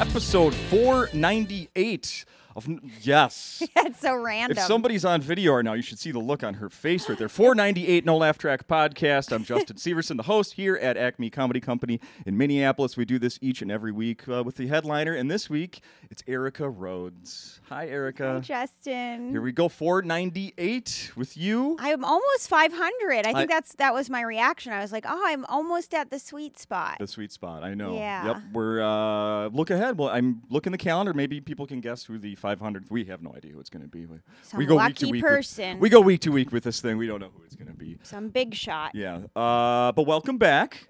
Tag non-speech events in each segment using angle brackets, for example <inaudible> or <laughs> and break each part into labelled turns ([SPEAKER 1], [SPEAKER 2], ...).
[SPEAKER 1] episode 498 of yes.
[SPEAKER 2] <laughs> That's so random.
[SPEAKER 1] If somebody's on video right now, you should see the look on her face right there. 498 No Laugh Track Podcast. I'm Justin Severson, the host here at Acme Comedy Company in Minneapolis. We do this each and every week uh, with the headliner, and this week it's Erica Rhodes. Hi, Erica.
[SPEAKER 2] Justin.
[SPEAKER 1] Here we go, 498 with you.
[SPEAKER 2] I'm almost 500. I think
[SPEAKER 1] I-
[SPEAKER 2] that's that was my reaction. I was like, "Oh, I'm almost at the sweet spot."
[SPEAKER 1] The sweet spot, I know.
[SPEAKER 2] Yeah.
[SPEAKER 1] Yep. We're uh, look ahead. Well, I'm looking the calendar. Maybe people can guess who the 500th. We have no idea who it's going to be. We,
[SPEAKER 2] Some
[SPEAKER 1] we go week to
[SPEAKER 2] lucky
[SPEAKER 1] week. with-
[SPEAKER 2] person.
[SPEAKER 1] we go week to week with this thing. We don't know who it's going to be.
[SPEAKER 2] Some big shot.
[SPEAKER 1] Yeah. Uh, but welcome back.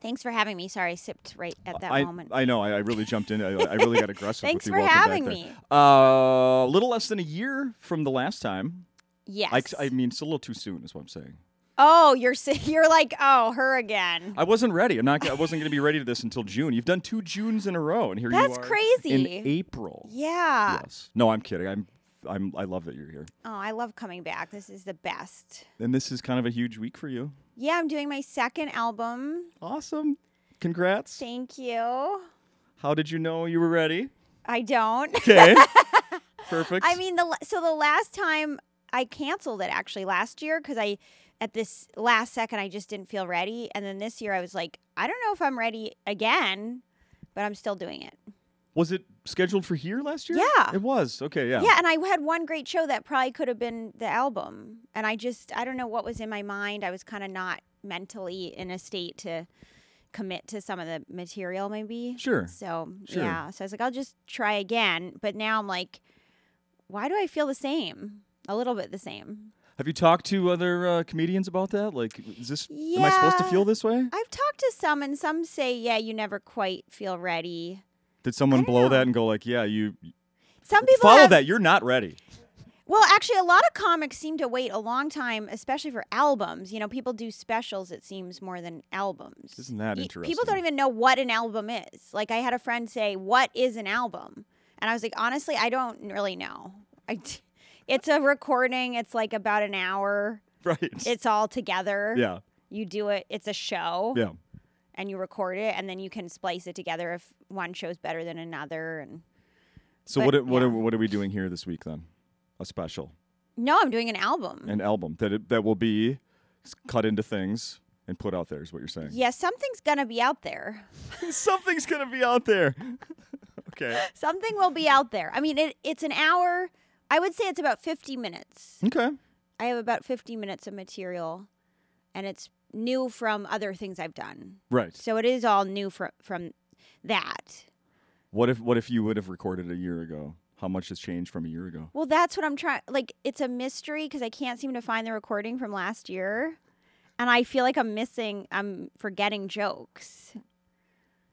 [SPEAKER 2] Thanks for having me. Sorry, I sipped right at that
[SPEAKER 1] I,
[SPEAKER 2] moment.
[SPEAKER 1] I know. I, I really jumped in. I, I really got
[SPEAKER 2] <laughs>
[SPEAKER 1] aggressive.
[SPEAKER 2] Thanks
[SPEAKER 1] with
[SPEAKER 2] for
[SPEAKER 1] the welcome
[SPEAKER 2] having
[SPEAKER 1] back
[SPEAKER 2] me.
[SPEAKER 1] There. Uh, a little less than a year from the last time.
[SPEAKER 2] yes.
[SPEAKER 1] I, I mean, it's a little too soon, is what I'm saying.
[SPEAKER 2] oh, you're s- <laughs> you're like, "Oh, her again."
[SPEAKER 1] I wasn't ready. I'm not. I wasn't going to be ready to this until June. You've done two Junes in a row, and here
[SPEAKER 2] That's
[SPEAKER 1] you are in
[SPEAKER 2] crazy.
[SPEAKER 1] April.
[SPEAKER 2] yeah.
[SPEAKER 1] Yes. No, I'm kidding. I'm. I'm. I love that you're here.
[SPEAKER 2] Oh, I love coming back. This is the best.
[SPEAKER 1] And this is kind of a huge week for you.
[SPEAKER 2] Yeah, I'm doing my second album.
[SPEAKER 1] Awesome. Congrats.
[SPEAKER 2] Thank you.
[SPEAKER 1] How did you know you were ready?
[SPEAKER 2] I don't. <laughs>
[SPEAKER 1] Okay. Perfect.
[SPEAKER 2] I mean, the la- so the last time I canceled it actually last year because I at this last second I just didn't feel ready, and then this year I was like, I don't know if I'm ready again, but I'm still doing it.
[SPEAKER 1] was it scheduled for here last year?
[SPEAKER 2] Yeah.
[SPEAKER 1] It was. Okay. Yeah.
[SPEAKER 2] Yeah, and I had one great show that probably could have been the album, and I just I don't know what was in my mind. I was kind of not mentally in a state to commit to some of the material, maybe.
[SPEAKER 1] Sure.
[SPEAKER 2] So
[SPEAKER 1] Sure.
[SPEAKER 2] yeah, so I was like, I'll just try again. But now I'm like, why do I feel the same? A little bit the same.
[SPEAKER 1] Have you talked to other uh, comedians about that? Like, is this? Am I supposed to
[SPEAKER 2] Yeah.
[SPEAKER 1] feel this way?
[SPEAKER 2] I've talked to some, and some say, yeah, you never quite feel ready.
[SPEAKER 1] Did someone
[SPEAKER 2] don't
[SPEAKER 1] blow
[SPEAKER 2] know.
[SPEAKER 1] that and go like, "Yeah, you
[SPEAKER 2] Some people
[SPEAKER 1] follow
[SPEAKER 2] have-
[SPEAKER 1] that. You're not ready." <laughs>
[SPEAKER 2] Well, actually, a lot of comics seem to wait a long time, especially for albums. You know, people do specials. It seems more than albums.
[SPEAKER 1] Isn't that
[SPEAKER 2] Y-
[SPEAKER 1] interesting?
[SPEAKER 2] People don't even know what an album is. Like I had a friend say, "What is an album?" And I was like, "Honestly, I don't really know. I t- <laughs> it's a recording. It's like about an hour.
[SPEAKER 1] Right.
[SPEAKER 2] It's all together.
[SPEAKER 1] yeah.
[SPEAKER 2] You do it. It's a show,
[SPEAKER 1] Yeah.
[SPEAKER 2] and you record it, and then you can splice it together if one show's better than another. And
[SPEAKER 1] So
[SPEAKER 2] But,
[SPEAKER 1] what? Are, what?
[SPEAKER 2] yeah.
[SPEAKER 1] Are, what are we doing here this week then? A special.
[SPEAKER 2] no, I'm doing an album.
[SPEAKER 1] an album that it, that will be s- cut into things and put out there is what you're saying.
[SPEAKER 2] yeah, something's gonna be out there.
[SPEAKER 1] <laughs> Something's gonna be out there. <laughs> okay.
[SPEAKER 2] Something will be out there. I mean, it, it's an hour. I would say it's about 50 minutes.
[SPEAKER 1] Okay.
[SPEAKER 2] I have about 50 minutes of material, and it's new from other things I've done.
[SPEAKER 1] Right.
[SPEAKER 2] So it is all new from from that.
[SPEAKER 1] What if what if you would have recorded a year ago? How much has changed from a year ago?
[SPEAKER 2] Well, that's what I'm trying. Like, it's a mystery because I can't seem to find the recording from last year, and I feel like I'm missing. I'm forgetting jokes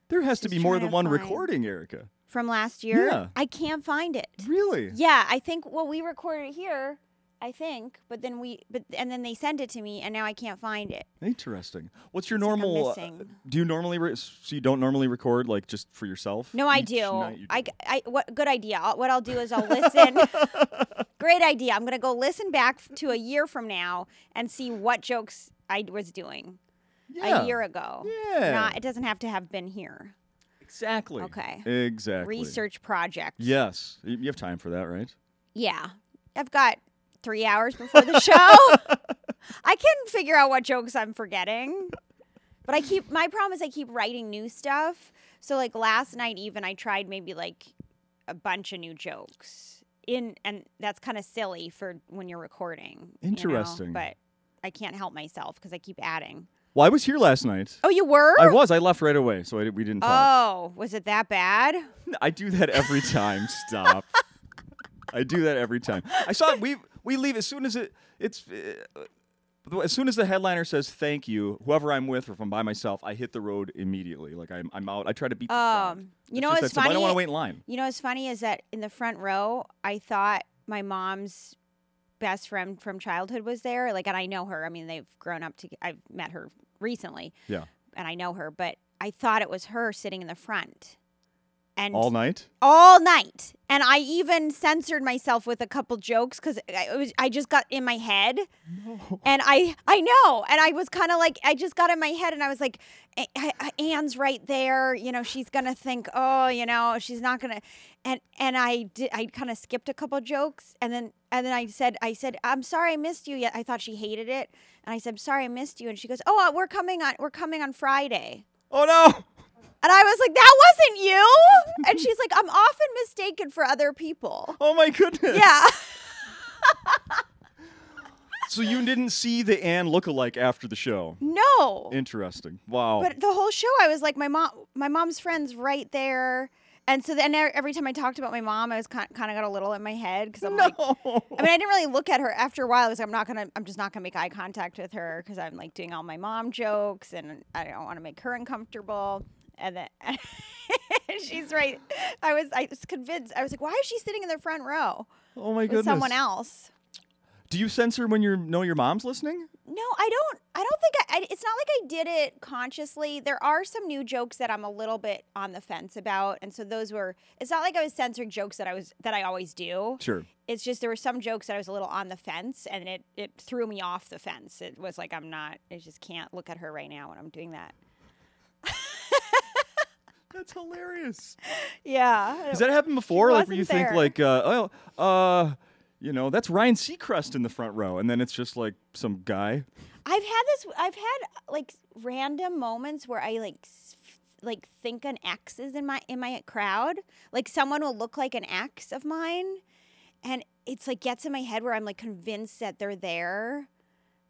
[SPEAKER 1] There has to
[SPEAKER 2] Just
[SPEAKER 1] be more
[SPEAKER 2] trying
[SPEAKER 1] than
[SPEAKER 2] to
[SPEAKER 1] one
[SPEAKER 2] find-
[SPEAKER 1] recording, Erica.
[SPEAKER 2] from last year.
[SPEAKER 1] Yeah. Mm.
[SPEAKER 2] I can't find it.
[SPEAKER 1] Really?
[SPEAKER 2] Yeah, I think well we recorded it here, I think, but then we but and then they sent it to me and now I can't find it.
[SPEAKER 1] Interesting. What's your
[SPEAKER 2] It's like I'm
[SPEAKER 1] normal? uh,
[SPEAKER 2] missing.
[SPEAKER 1] do you normally re- so you don't normally record like just for yourself?
[SPEAKER 2] No, I
[SPEAKER 1] Each
[SPEAKER 2] do.
[SPEAKER 1] night you
[SPEAKER 2] I, I what good idea. I'll, what I'll do is I'll
[SPEAKER 1] <laughs>
[SPEAKER 2] listen. Great idea. I'm going to go listen back f- to a year from now and see what jokes I was doing
[SPEAKER 1] Yeah.
[SPEAKER 2] a year ago.
[SPEAKER 1] Yeah.
[SPEAKER 2] Not it doesn't have to have been here.
[SPEAKER 1] exactly.
[SPEAKER 2] Okay.
[SPEAKER 1] Exactly.
[SPEAKER 2] Research project.
[SPEAKER 1] Yes, Y- you have time for that, right?
[SPEAKER 2] Yeah. I've got 3 hours before the show.
[SPEAKER 1] <laughs>
[SPEAKER 2] I can figure out what jokes I'm forgetting. But I keep my problem is I keep writing new stuff. So like last night even I tried maybe like a bunch of new jokes. In and that's kind of silly for when you're recording. you know,
[SPEAKER 1] Interesting.
[SPEAKER 2] But I can't help myself cuz I keep adding.
[SPEAKER 1] Well, I was here last night.
[SPEAKER 2] Oh, you were?
[SPEAKER 1] I was. I left right away, so I, di- we didn't talk.
[SPEAKER 2] Oh, was it that bad?
[SPEAKER 1] I do that every time.
[SPEAKER 2] <laughs>
[SPEAKER 1] Stop. I do that every time. I saw it. We we leave as soon as it it's uh, as soon as the headliner says thank you. Whoever I'm with, or if I'm by myself, I hit the road immediately. Like I'm I'm out. I try to beat. The crowd.
[SPEAKER 2] Um,
[SPEAKER 1] It's
[SPEAKER 2] you know
[SPEAKER 1] just
[SPEAKER 2] what's
[SPEAKER 1] that simple.
[SPEAKER 2] funny?
[SPEAKER 1] I don't want to wait in line.
[SPEAKER 2] You know what's funny is that in the front row, I thought my mom's best friend from childhood was there. Like, and I know her. I mean, they've grown up to. I've met her recently,
[SPEAKER 1] Yeah.
[SPEAKER 2] and I know her. But I thought it was her sitting in the front, and
[SPEAKER 1] all night.
[SPEAKER 2] all night. And I even censored myself with a couple jokes because I, it was- I just got in my head. And I, I know. And I was kind of like, I just got in my head and I was like, "A- A- A- Anne's right there. You know, she's going to think, oh, you know, she's not going to. And, and I did, I kind of skipped a couple jokes. And then, and then I said, I said, I'm sorry I missed you. Yet I thought she hated it. And I said, I'm sorry I missed you. And she goes, oh, uh, we're coming on, we're coming on Friday.
[SPEAKER 1] Oh no!
[SPEAKER 2] And I was like, that wasn't you. And she's like, I'm often mistaken for other
[SPEAKER 1] <laughs>
[SPEAKER 2] people.
[SPEAKER 1] Oh my goodness!
[SPEAKER 2] Yeah.
[SPEAKER 1] So you didn't see the Anne lookalike after the show?
[SPEAKER 2] No.
[SPEAKER 1] Interesting. Wow. <laughs>
[SPEAKER 2] But the whole show, I was like, my mom, my mom's friends right there. And so then e- every time I talked about my mom, I was kind kind of got a little in my head because I'm like,
[SPEAKER 1] no.
[SPEAKER 2] I mean, I didn't really look at her. After a while, I was like, I'm not gonna, I'm just not gonna make eye contact with her because I'm like doing all my mom jokes and I don't want to make her uncomfortable. And then <laughs> she's right. I was, I was convinced. I was like, why is she sitting in the front row
[SPEAKER 1] oh my
[SPEAKER 2] with
[SPEAKER 1] goodness.
[SPEAKER 2] someone else?
[SPEAKER 1] Do you censor when you know your mom's listening?
[SPEAKER 2] No, I don't. I don't think I, I. It's not like I did it consciously. There are some new jokes that I'm a little bit on the fence about, and so those were. It's not like I was censoring jokes that I was that I always do.
[SPEAKER 1] Sure.
[SPEAKER 2] It's just there were some jokes that I was a little on the fence, and it it threw me off the fence. It was like I'm not. I just can't look at her right now when I'm doing that.
[SPEAKER 1] That's hilarious.
[SPEAKER 2] Yeah.
[SPEAKER 1] Has that happened before? Like where
[SPEAKER 2] wasn't
[SPEAKER 1] you
[SPEAKER 2] there.
[SPEAKER 1] think like, uh, oh, uh, you know, that's Ryan Seacrest in the front row, and then it's just like some guy.
[SPEAKER 2] I've had this. I've had like random moments where I like s- like think an ex is in my in my crowd. Like someone will look like an ex of mine, and it's like gets in my head where I'm like convinced that they're there,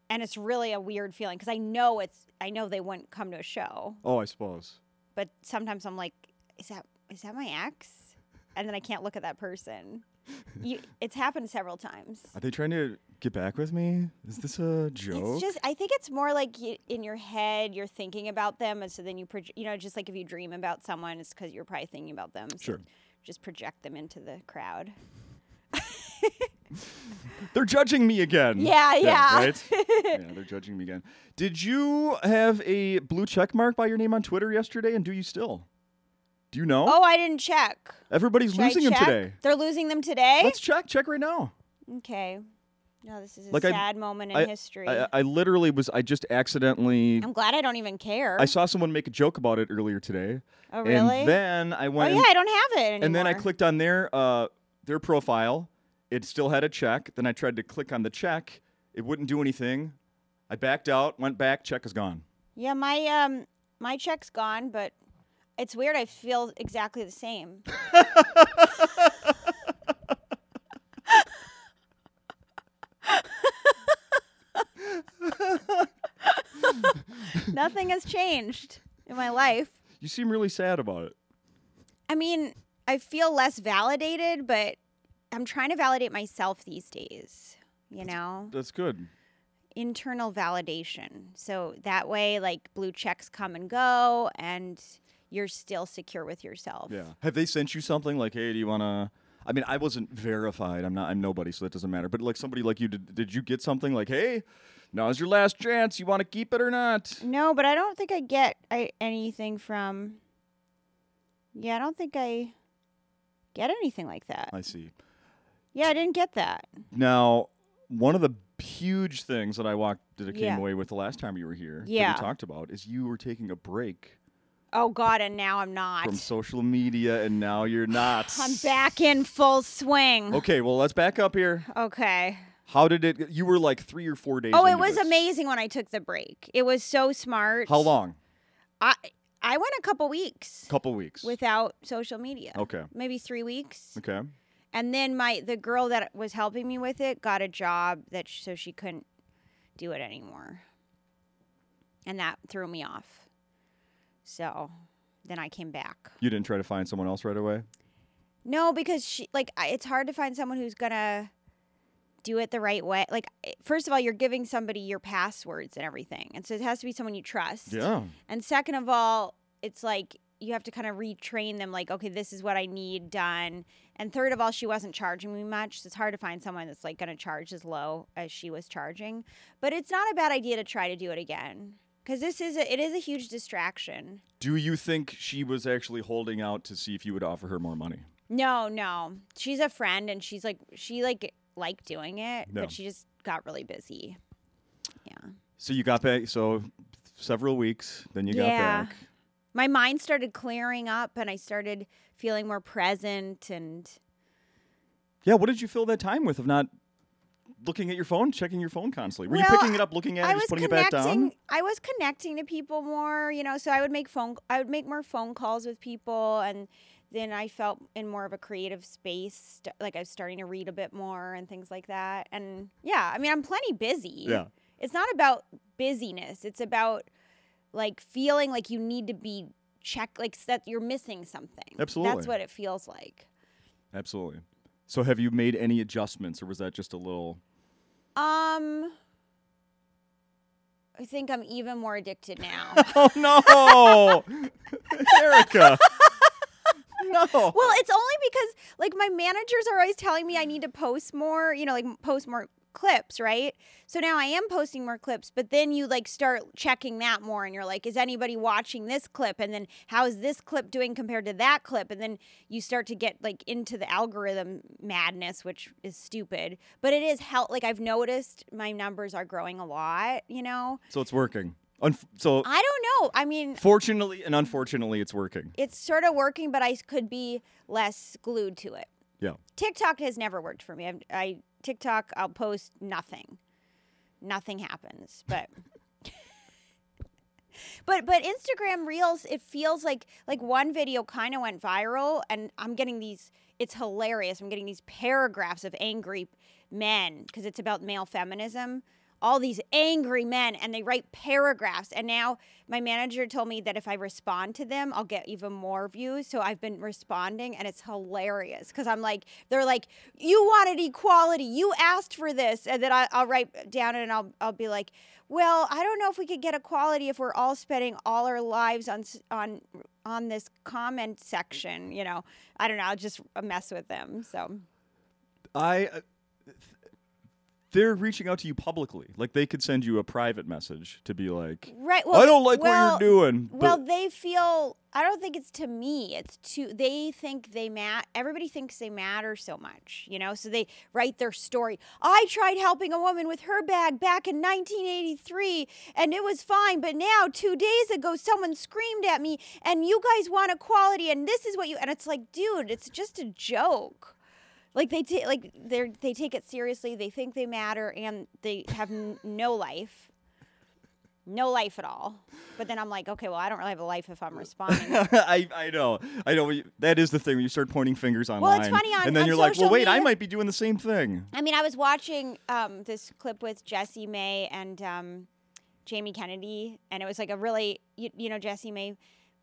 [SPEAKER 2] and it's really a weird feeling because I know it's I know they wouldn't come to a show,
[SPEAKER 1] Oh, I suppose.
[SPEAKER 2] but sometimes I'm like, is that is that my ex? And then I can't look at that person. You, it's happened several times.
[SPEAKER 1] Are they trying to get back with me? Is this a joke?
[SPEAKER 2] It's just I think it's more like you, in your head you're thinking about them, and so then you proje- you know just like if you dream about someone, it's because you're probably thinking about them. so
[SPEAKER 1] Sure.
[SPEAKER 2] Just project them into the crowd.
[SPEAKER 1] They're judging me again.
[SPEAKER 2] Yeah, yeah.
[SPEAKER 1] Right? Mm-hmm.
[SPEAKER 2] <laughs>
[SPEAKER 1] yeah, they're judging me again. Did you have a blue check mark by your name on Twitter yesterday, and do you still? Do you know?
[SPEAKER 2] Oh, I didn't check.
[SPEAKER 1] Everybody's
[SPEAKER 2] Should I
[SPEAKER 1] losing them
[SPEAKER 2] check? Eh?
[SPEAKER 1] today.
[SPEAKER 2] They're losing them today.
[SPEAKER 1] Let's check. Check right now.
[SPEAKER 2] okay. No, this is a
[SPEAKER 1] Like, I-
[SPEAKER 2] sad moment in history.
[SPEAKER 1] I,
[SPEAKER 2] I,
[SPEAKER 1] I literally was. I just accidentally.
[SPEAKER 2] am glad I don't even care.
[SPEAKER 1] I saw someone make a joke about it earlier today,
[SPEAKER 2] oh really?
[SPEAKER 1] and then I
[SPEAKER 2] oh
[SPEAKER 1] went.
[SPEAKER 2] yeah, I don't have it anymore.
[SPEAKER 1] and, and then I clicked on their uh, their profile. It still had a check. Then I tried to click on the check. It wouldn't do anything. I backed out. Went back. Check is gone.
[SPEAKER 2] Yeah, my um my check's gone, but it's weird. I feel exactly the same. Nothing has changed in my life.
[SPEAKER 1] You seem really sad about it.
[SPEAKER 2] I mean, I feel less validated, but I'm trying to validate myself these days, you know?
[SPEAKER 1] That's good.
[SPEAKER 2] internal validation. So that way, like blue checks come and go, and you're still secure with yourself.
[SPEAKER 1] Yeah. Have they sent you something like, hey, do you want to? I mean, I wasn't verified. I'm not. I'm nobody, so that doesn't matter. But like somebody like you, did, did you get something like, hey, now's your last chance. You want to keep it or not?
[SPEAKER 2] No, but I don't think I get I, anything from. Yeah, I don't think I get anything like that.
[SPEAKER 1] I see.
[SPEAKER 2] Yeah, I didn't get that.
[SPEAKER 1] Now, one of the huge things that I walked that I came
[SPEAKER 2] Yeah.
[SPEAKER 1] away with the last time you were here
[SPEAKER 2] Yeah.
[SPEAKER 1] that we talked about is you were taking a break
[SPEAKER 2] Oh God, and now I'm not.
[SPEAKER 1] from social media, and now you're not.
[SPEAKER 2] <laughs> I'm back in full swing.
[SPEAKER 1] Okay, well, let's back up here.
[SPEAKER 2] okay.
[SPEAKER 1] How did it? You were like three or four days.
[SPEAKER 2] Oh, it
[SPEAKER 1] into
[SPEAKER 2] was
[SPEAKER 1] this.
[SPEAKER 2] amazing when I took the break. It was so smart.
[SPEAKER 1] How long?
[SPEAKER 2] I I went a couple weeks
[SPEAKER 1] Couple weeks.
[SPEAKER 2] without social media.
[SPEAKER 1] okay.
[SPEAKER 2] maybe three weeks
[SPEAKER 1] Okay.
[SPEAKER 2] and then my the girl that was helping me with it got a job that sh- so she couldn't do it anymore and that threw me off so then i came back
[SPEAKER 1] You didn't try to find someone else right away.
[SPEAKER 2] no because she like I, it's hard to find someone who's gonna do it the right way like I- first of all you're giving somebody your passwords and everything and so it has to be someone you trust
[SPEAKER 1] Yeah.
[SPEAKER 2] And second of all, it's like you have to kind of retrain them, like, okay, this is what I need done. And third of all, she wasn't charging me much. So it's hard to find someone that's like going to charge as low as she was charging. But it's not a bad idea to try to do it again. because this is a, it is a huge distraction.
[SPEAKER 1] Do you think she was actually holding out to see if you would offer her more money?
[SPEAKER 2] No, no, she's a friend, and she's like she like liked doing it,
[SPEAKER 1] No.
[SPEAKER 2] but she just got really busy. Yeah,
[SPEAKER 1] So you got back. So several weeks. Then you
[SPEAKER 2] Yeah.
[SPEAKER 1] got back.
[SPEAKER 2] my mind started clearing up, and I started feeling more present and.
[SPEAKER 1] Yeah. What did you fill that time with of not looking at your phone, checking your phone constantly? Were you
[SPEAKER 2] Well,
[SPEAKER 1] picking it up, looking at it,
[SPEAKER 2] I
[SPEAKER 1] and
[SPEAKER 2] was
[SPEAKER 1] just putting it back down?
[SPEAKER 2] connecting. I was connecting to people more, you know. So I would make phone. I would make more phone calls with people, and then I felt in more of a creative space. st- Like I was starting to read a bit more and things like that. And yeah, I mean, I'm plenty busy.
[SPEAKER 1] Yeah.
[SPEAKER 2] It's not about busyness. It's about like feeling like you need to be check like s- that you're missing something.
[SPEAKER 1] Absolutely.
[SPEAKER 2] That's what it feels like.
[SPEAKER 1] Absolutely. So have you made any adjustments, or was that just a
[SPEAKER 2] <laughs>
[SPEAKER 1] little? <laughs>
[SPEAKER 2] Um. I think I'm even more
[SPEAKER 1] <laughs>
[SPEAKER 2] addicted now.
[SPEAKER 1] Oh no,
[SPEAKER 2] <laughs>
[SPEAKER 1] Erica. No.
[SPEAKER 2] Well, it's only because like my managers are always telling me I need to post more, you know, like post more clips, right? So now I am posting more clips, but then you like start checking that more and you're like, is anybody watching this clip? And then how is this clip doing compared to that clip? And then you start to get like into the algorithm madness, which is stupid, but it is help like I've noticed my numbers are growing a lot, you know.
[SPEAKER 1] So it's working. Unf- so
[SPEAKER 2] I don't know. I mean,
[SPEAKER 1] fortunately and unfortunately, it's working.
[SPEAKER 2] it's sort of working, but I could be less glued to it.
[SPEAKER 1] Yeah.
[SPEAKER 2] TikTok has never worked for me. I, I TikTok, I'll post nothing, nothing happens. But but but Instagram Reels, it feels like like one video kind of went viral, and I'm getting these. It's hilarious. I'm getting these paragraphs of angry men because it's about male feminism. All these angry men, and they write paragraphs. And now my manager told me that if I respond to them, I'll get even more views. So I've been responding, and it's hilarious because I'm like, they're like, you wanted equality, you asked for this, and then I, I'll write down and I'll I'll be like, well, I don't know if we could get equality if we're all spending all our lives on s- on on this comment section. You know, I don't know. I'll just mess with them. So
[SPEAKER 1] I. uh, th- They're reaching out to you publicly. Like they could send you a private message to be like,
[SPEAKER 2] right. Well,
[SPEAKER 1] I don't like
[SPEAKER 2] well,
[SPEAKER 1] what you're doing. But
[SPEAKER 2] Well, they feel. I don't think it's to me. It's to they think they mat. Everybody thinks they matter so much, you know. So they write their story. I tried helping a woman with her bag back in 1983, and it was fine. But now, two days ago, someone screamed at me, and you guys want equality, and this is what you. And it's like, dude, it's just a joke. Like they take like they are they take it seriously. They think they matter, and they have n- no life no life at all. But then I'm like, okay, well, I don't really have a life if I'm responding.
[SPEAKER 1] <laughs> I, I know, I know. you- That is the thing when you start pointing fingers online.
[SPEAKER 2] funny on-
[SPEAKER 1] and then
[SPEAKER 2] on
[SPEAKER 1] you're like, well,
[SPEAKER 2] social
[SPEAKER 1] wait, I
[SPEAKER 2] media-
[SPEAKER 1] might be doing the same thing.
[SPEAKER 2] I mean, I was watching um, this clip with Jesse May and um, Jamie Kennedy, and it was like a really, you, you know, Jesse May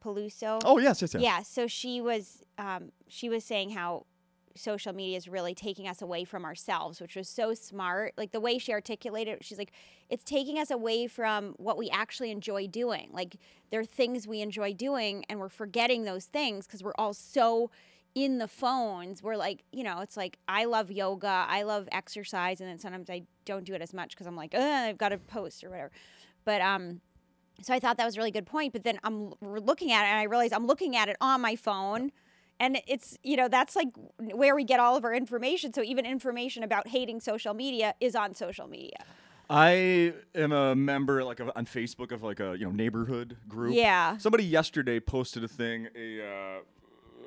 [SPEAKER 2] Peluso.
[SPEAKER 1] Oh yes, yes, yes.
[SPEAKER 2] Yeah, so she was um, she was saying how social media is really taking us away from ourselves, which was so smart. Like the way she articulated it, she's like, it's taking us away from what we actually enjoy doing. Like there are things we enjoy doing, and we're forgetting those things because we're all so in the phones. We're like, you know, it's like I love yoga, I love exercise, and then sometimes I don't do it as much because I'm like, Ugh, I've got to post or whatever. But um, so I thought that was a really good point. But then I'm l- r- looking at it and I realize I'm looking at it on my phone. And it's, you know, that's like w- where we get all of our information. So even information about hating social media is on social media.
[SPEAKER 1] I am a member like of, on Facebook of like a you know neighborhood group.
[SPEAKER 2] Yeah.
[SPEAKER 1] Somebody yesterday posted a thing a uh,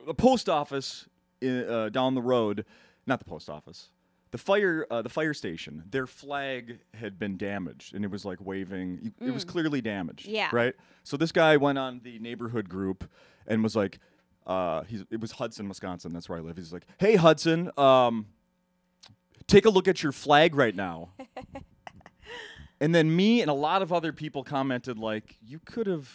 [SPEAKER 1] a post office in, uh, down the road, not the post office. The fire, uh, the fire station. Their flag had been damaged, and it was like waving. you- It was clearly damaged.
[SPEAKER 2] Mm. Yeah.
[SPEAKER 1] Right. So this guy went on the neighborhood group and was like, uh, he's, it was Hudson, Wisconsin. That's where I live. He's like, hey Hudson, um, take a look at your flag right
[SPEAKER 2] <laughs>
[SPEAKER 1] now. and then me and a lot of other people commented like, you could have.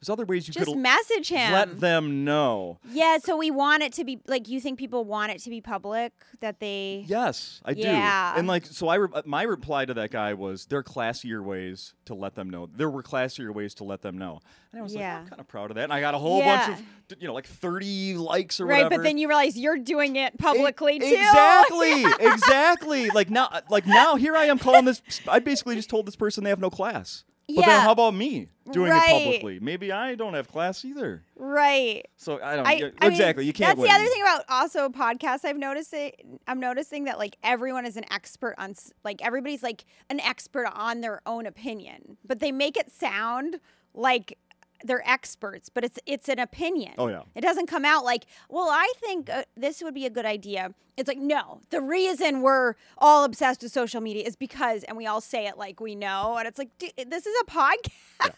[SPEAKER 1] There's other ways you could
[SPEAKER 2] Just
[SPEAKER 1] have
[SPEAKER 2] message him.
[SPEAKER 1] let them know.
[SPEAKER 2] yeah. So we want it to be like, you think people want it to be public that they.
[SPEAKER 1] Yes, I
[SPEAKER 2] Yeah.
[SPEAKER 1] do. And like, so I re- uh, my reply to that guy was, there are classier ways to let them know. There were classier ways to let them know. And I was like, I'm
[SPEAKER 2] Yeah.
[SPEAKER 1] kind of proud of that. And I got a whole bunch
[SPEAKER 2] Yeah.
[SPEAKER 1] of, you know, like 30 likes or
[SPEAKER 2] Right,
[SPEAKER 1] whatever.
[SPEAKER 2] but then you realize you're doing it
[SPEAKER 1] E-
[SPEAKER 2] publicly too. <laughs>
[SPEAKER 1] Exactly, exactly. Like now, like now, here I am calling this. I basically just told this person they have no class. But
[SPEAKER 2] yeah.
[SPEAKER 1] then how about me doing
[SPEAKER 2] Right.
[SPEAKER 1] it publicly? Maybe I don't have class either.
[SPEAKER 2] right.
[SPEAKER 1] So I don't
[SPEAKER 2] I,
[SPEAKER 1] yeah,
[SPEAKER 2] I mean,
[SPEAKER 1] exactly. you can't.
[SPEAKER 2] That's
[SPEAKER 1] win.
[SPEAKER 2] the other thing about also podcasts. I've noticed it. I'm noticing that like everyone is an expert on s- like everybody's like an expert on their own opinion, but they make it sound like they're experts, but it's it's an opinion.
[SPEAKER 1] Oh, yeah.
[SPEAKER 2] It doesn't come out like, well, I think uh, this would be a good idea. It's like, no, the reason we're all obsessed with social media is because, and we all say it like we know, and it's like, D- this is a podcast.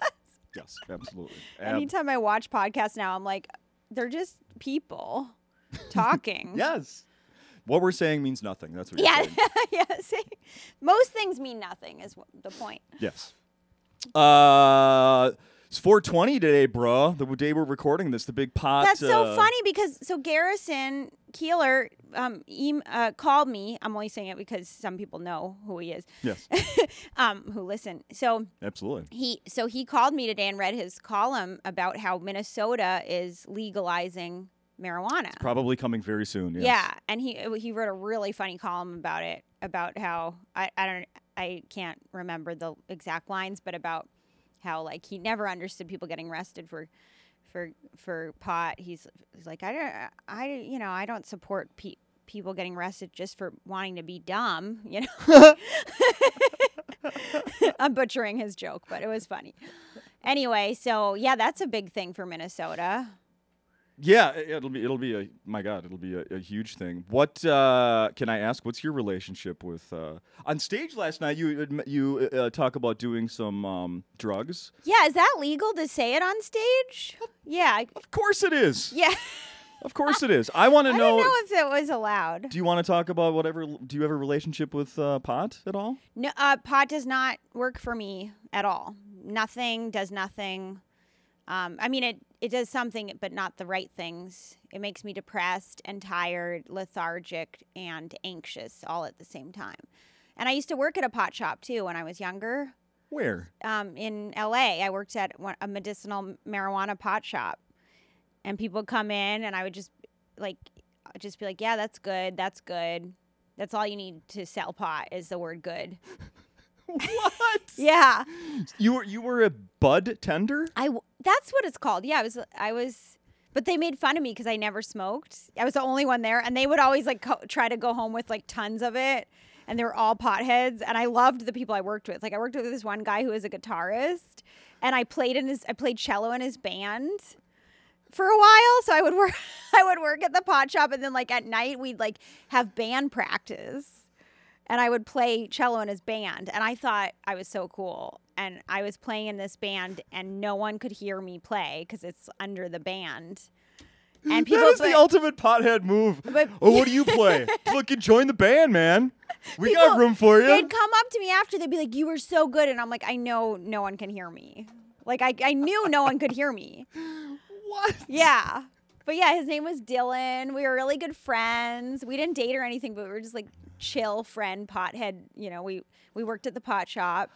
[SPEAKER 1] Yes, absolutely. Ab-
[SPEAKER 2] Anytime <laughs> I watch podcasts now, I'm like, they're just people talking.
[SPEAKER 1] yes. What we're saying means nothing. That's what.
[SPEAKER 2] Yeah. <laughs>
[SPEAKER 1] You're saying.
[SPEAKER 2] yeah. See? Most things mean nothing, is wh- the point.
[SPEAKER 1] Yes. Uh, it's 420 today, bruh. The day we're recording this, the big pot.
[SPEAKER 2] That's so
[SPEAKER 1] uh,
[SPEAKER 2] funny because so Garrison Keeler um, em- uh, called me. I'm only saying it because some people know who he is,
[SPEAKER 1] Yes,
[SPEAKER 2] um, who listen. So
[SPEAKER 1] absolutely.
[SPEAKER 2] he so he called me today and read his column about how Minnesota is legalizing marijuana.
[SPEAKER 1] Probably coming very soon. Yes.
[SPEAKER 2] Yeah, and he uh, he wrote a really funny column about it about how I, I don't I can't remember the exact lines, but about how like he never understood people getting arrested for for for pot. He's, he's like I don't I you know I don't support pe- people getting arrested just for wanting to be dumb. <laughs> You know, I'm butchering his joke, but it was funny. Anyway, so yeah, that's a big thing for Minnesota.
[SPEAKER 1] Yeah, i- it'll be it'll be a my god, it'll be a, a huge thing. What uh, can I ask? What's your relationship with uh, on stage last night? You admi- you uh, talk about doing some um, drugs.
[SPEAKER 2] Yeah, is that legal to say it on stage? Yeah, I-
[SPEAKER 1] Of course it is.
[SPEAKER 2] yeah.
[SPEAKER 1] Of course it is. I want
[SPEAKER 2] <laughs> I
[SPEAKER 1] to
[SPEAKER 2] don't
[SPEAKER 1] know.
[SPEAKER 2] know if it was allowed.
[SPEAKER 1] Do you want to talk about whatever? Do you have a relationship with uh, pot at all?
[SPEAKER 2] No, uh, pot does not work for me at all. Nothing does nothing. Um, I mean, it it does something, but not the right things. It makes me depressed and tired, lethargic and anxious all at the same time. And I used to work at a pot shop too when I was younger. <laughs>
[SPEAKER 1] Where?
[SPEAKER 2] um, in LA. I worked at one, a medicinal marijuana pot shop, and people would come in, and I would just like I'd just be like, "Yeah, that's good. That's good. That's all you need to sell pot is the word good."
[SPEAKER 1] what?
[SPEAKER 2] Yeah,
[SPEAKER 1] You were you were a bud tender?
[SPEAKER 2] I w- that's what it's called. Yeah, I was I was. But they made fun of me because I never smoked. I was the only one there, and they would always like co- try to go home with like tons of it, and they were all potheads. And I loved the people I worked with. Like I worked with this one guy who was a guitarist, and I played in his I played cello in his band for a while. So I would work <laughs> I would work at the pot shop, and then like at night we'd like have band practice and I would play cello in his band. And I thought I was so cool. And I was playing in this band, and no one could hear me play because it's under the band. And
[SPEAKER 1] <gasps>
[SPEAKER 2] people,
[SPEAKER 1] that is
[SPEAKER 2] but-
[SPEAKER 1] the ultimate pothead move.
[SPEAKER 2] but-
[SPEAKER 1] oh, what do you
[SPEAKER 2] <laughs>
[SPEAKER 1] play? Fucking join the band, man. We got
[SPEAKER 2] People-
[SPEAKER 1] room for you.
[SPEAKER 2] they'd come up to me after, they'd be like, "You were so good," and I'm like, "I know no one can hear me. Like I, I knew no one could hear me.
[SPEAKER 1] What?
[SPEAKER 2] Yeah." But yeah, his name was Dylan. We were really good friends. We didn't date or anything, but we were just like chill friend, pothead. You know, we we worked at the pot shop.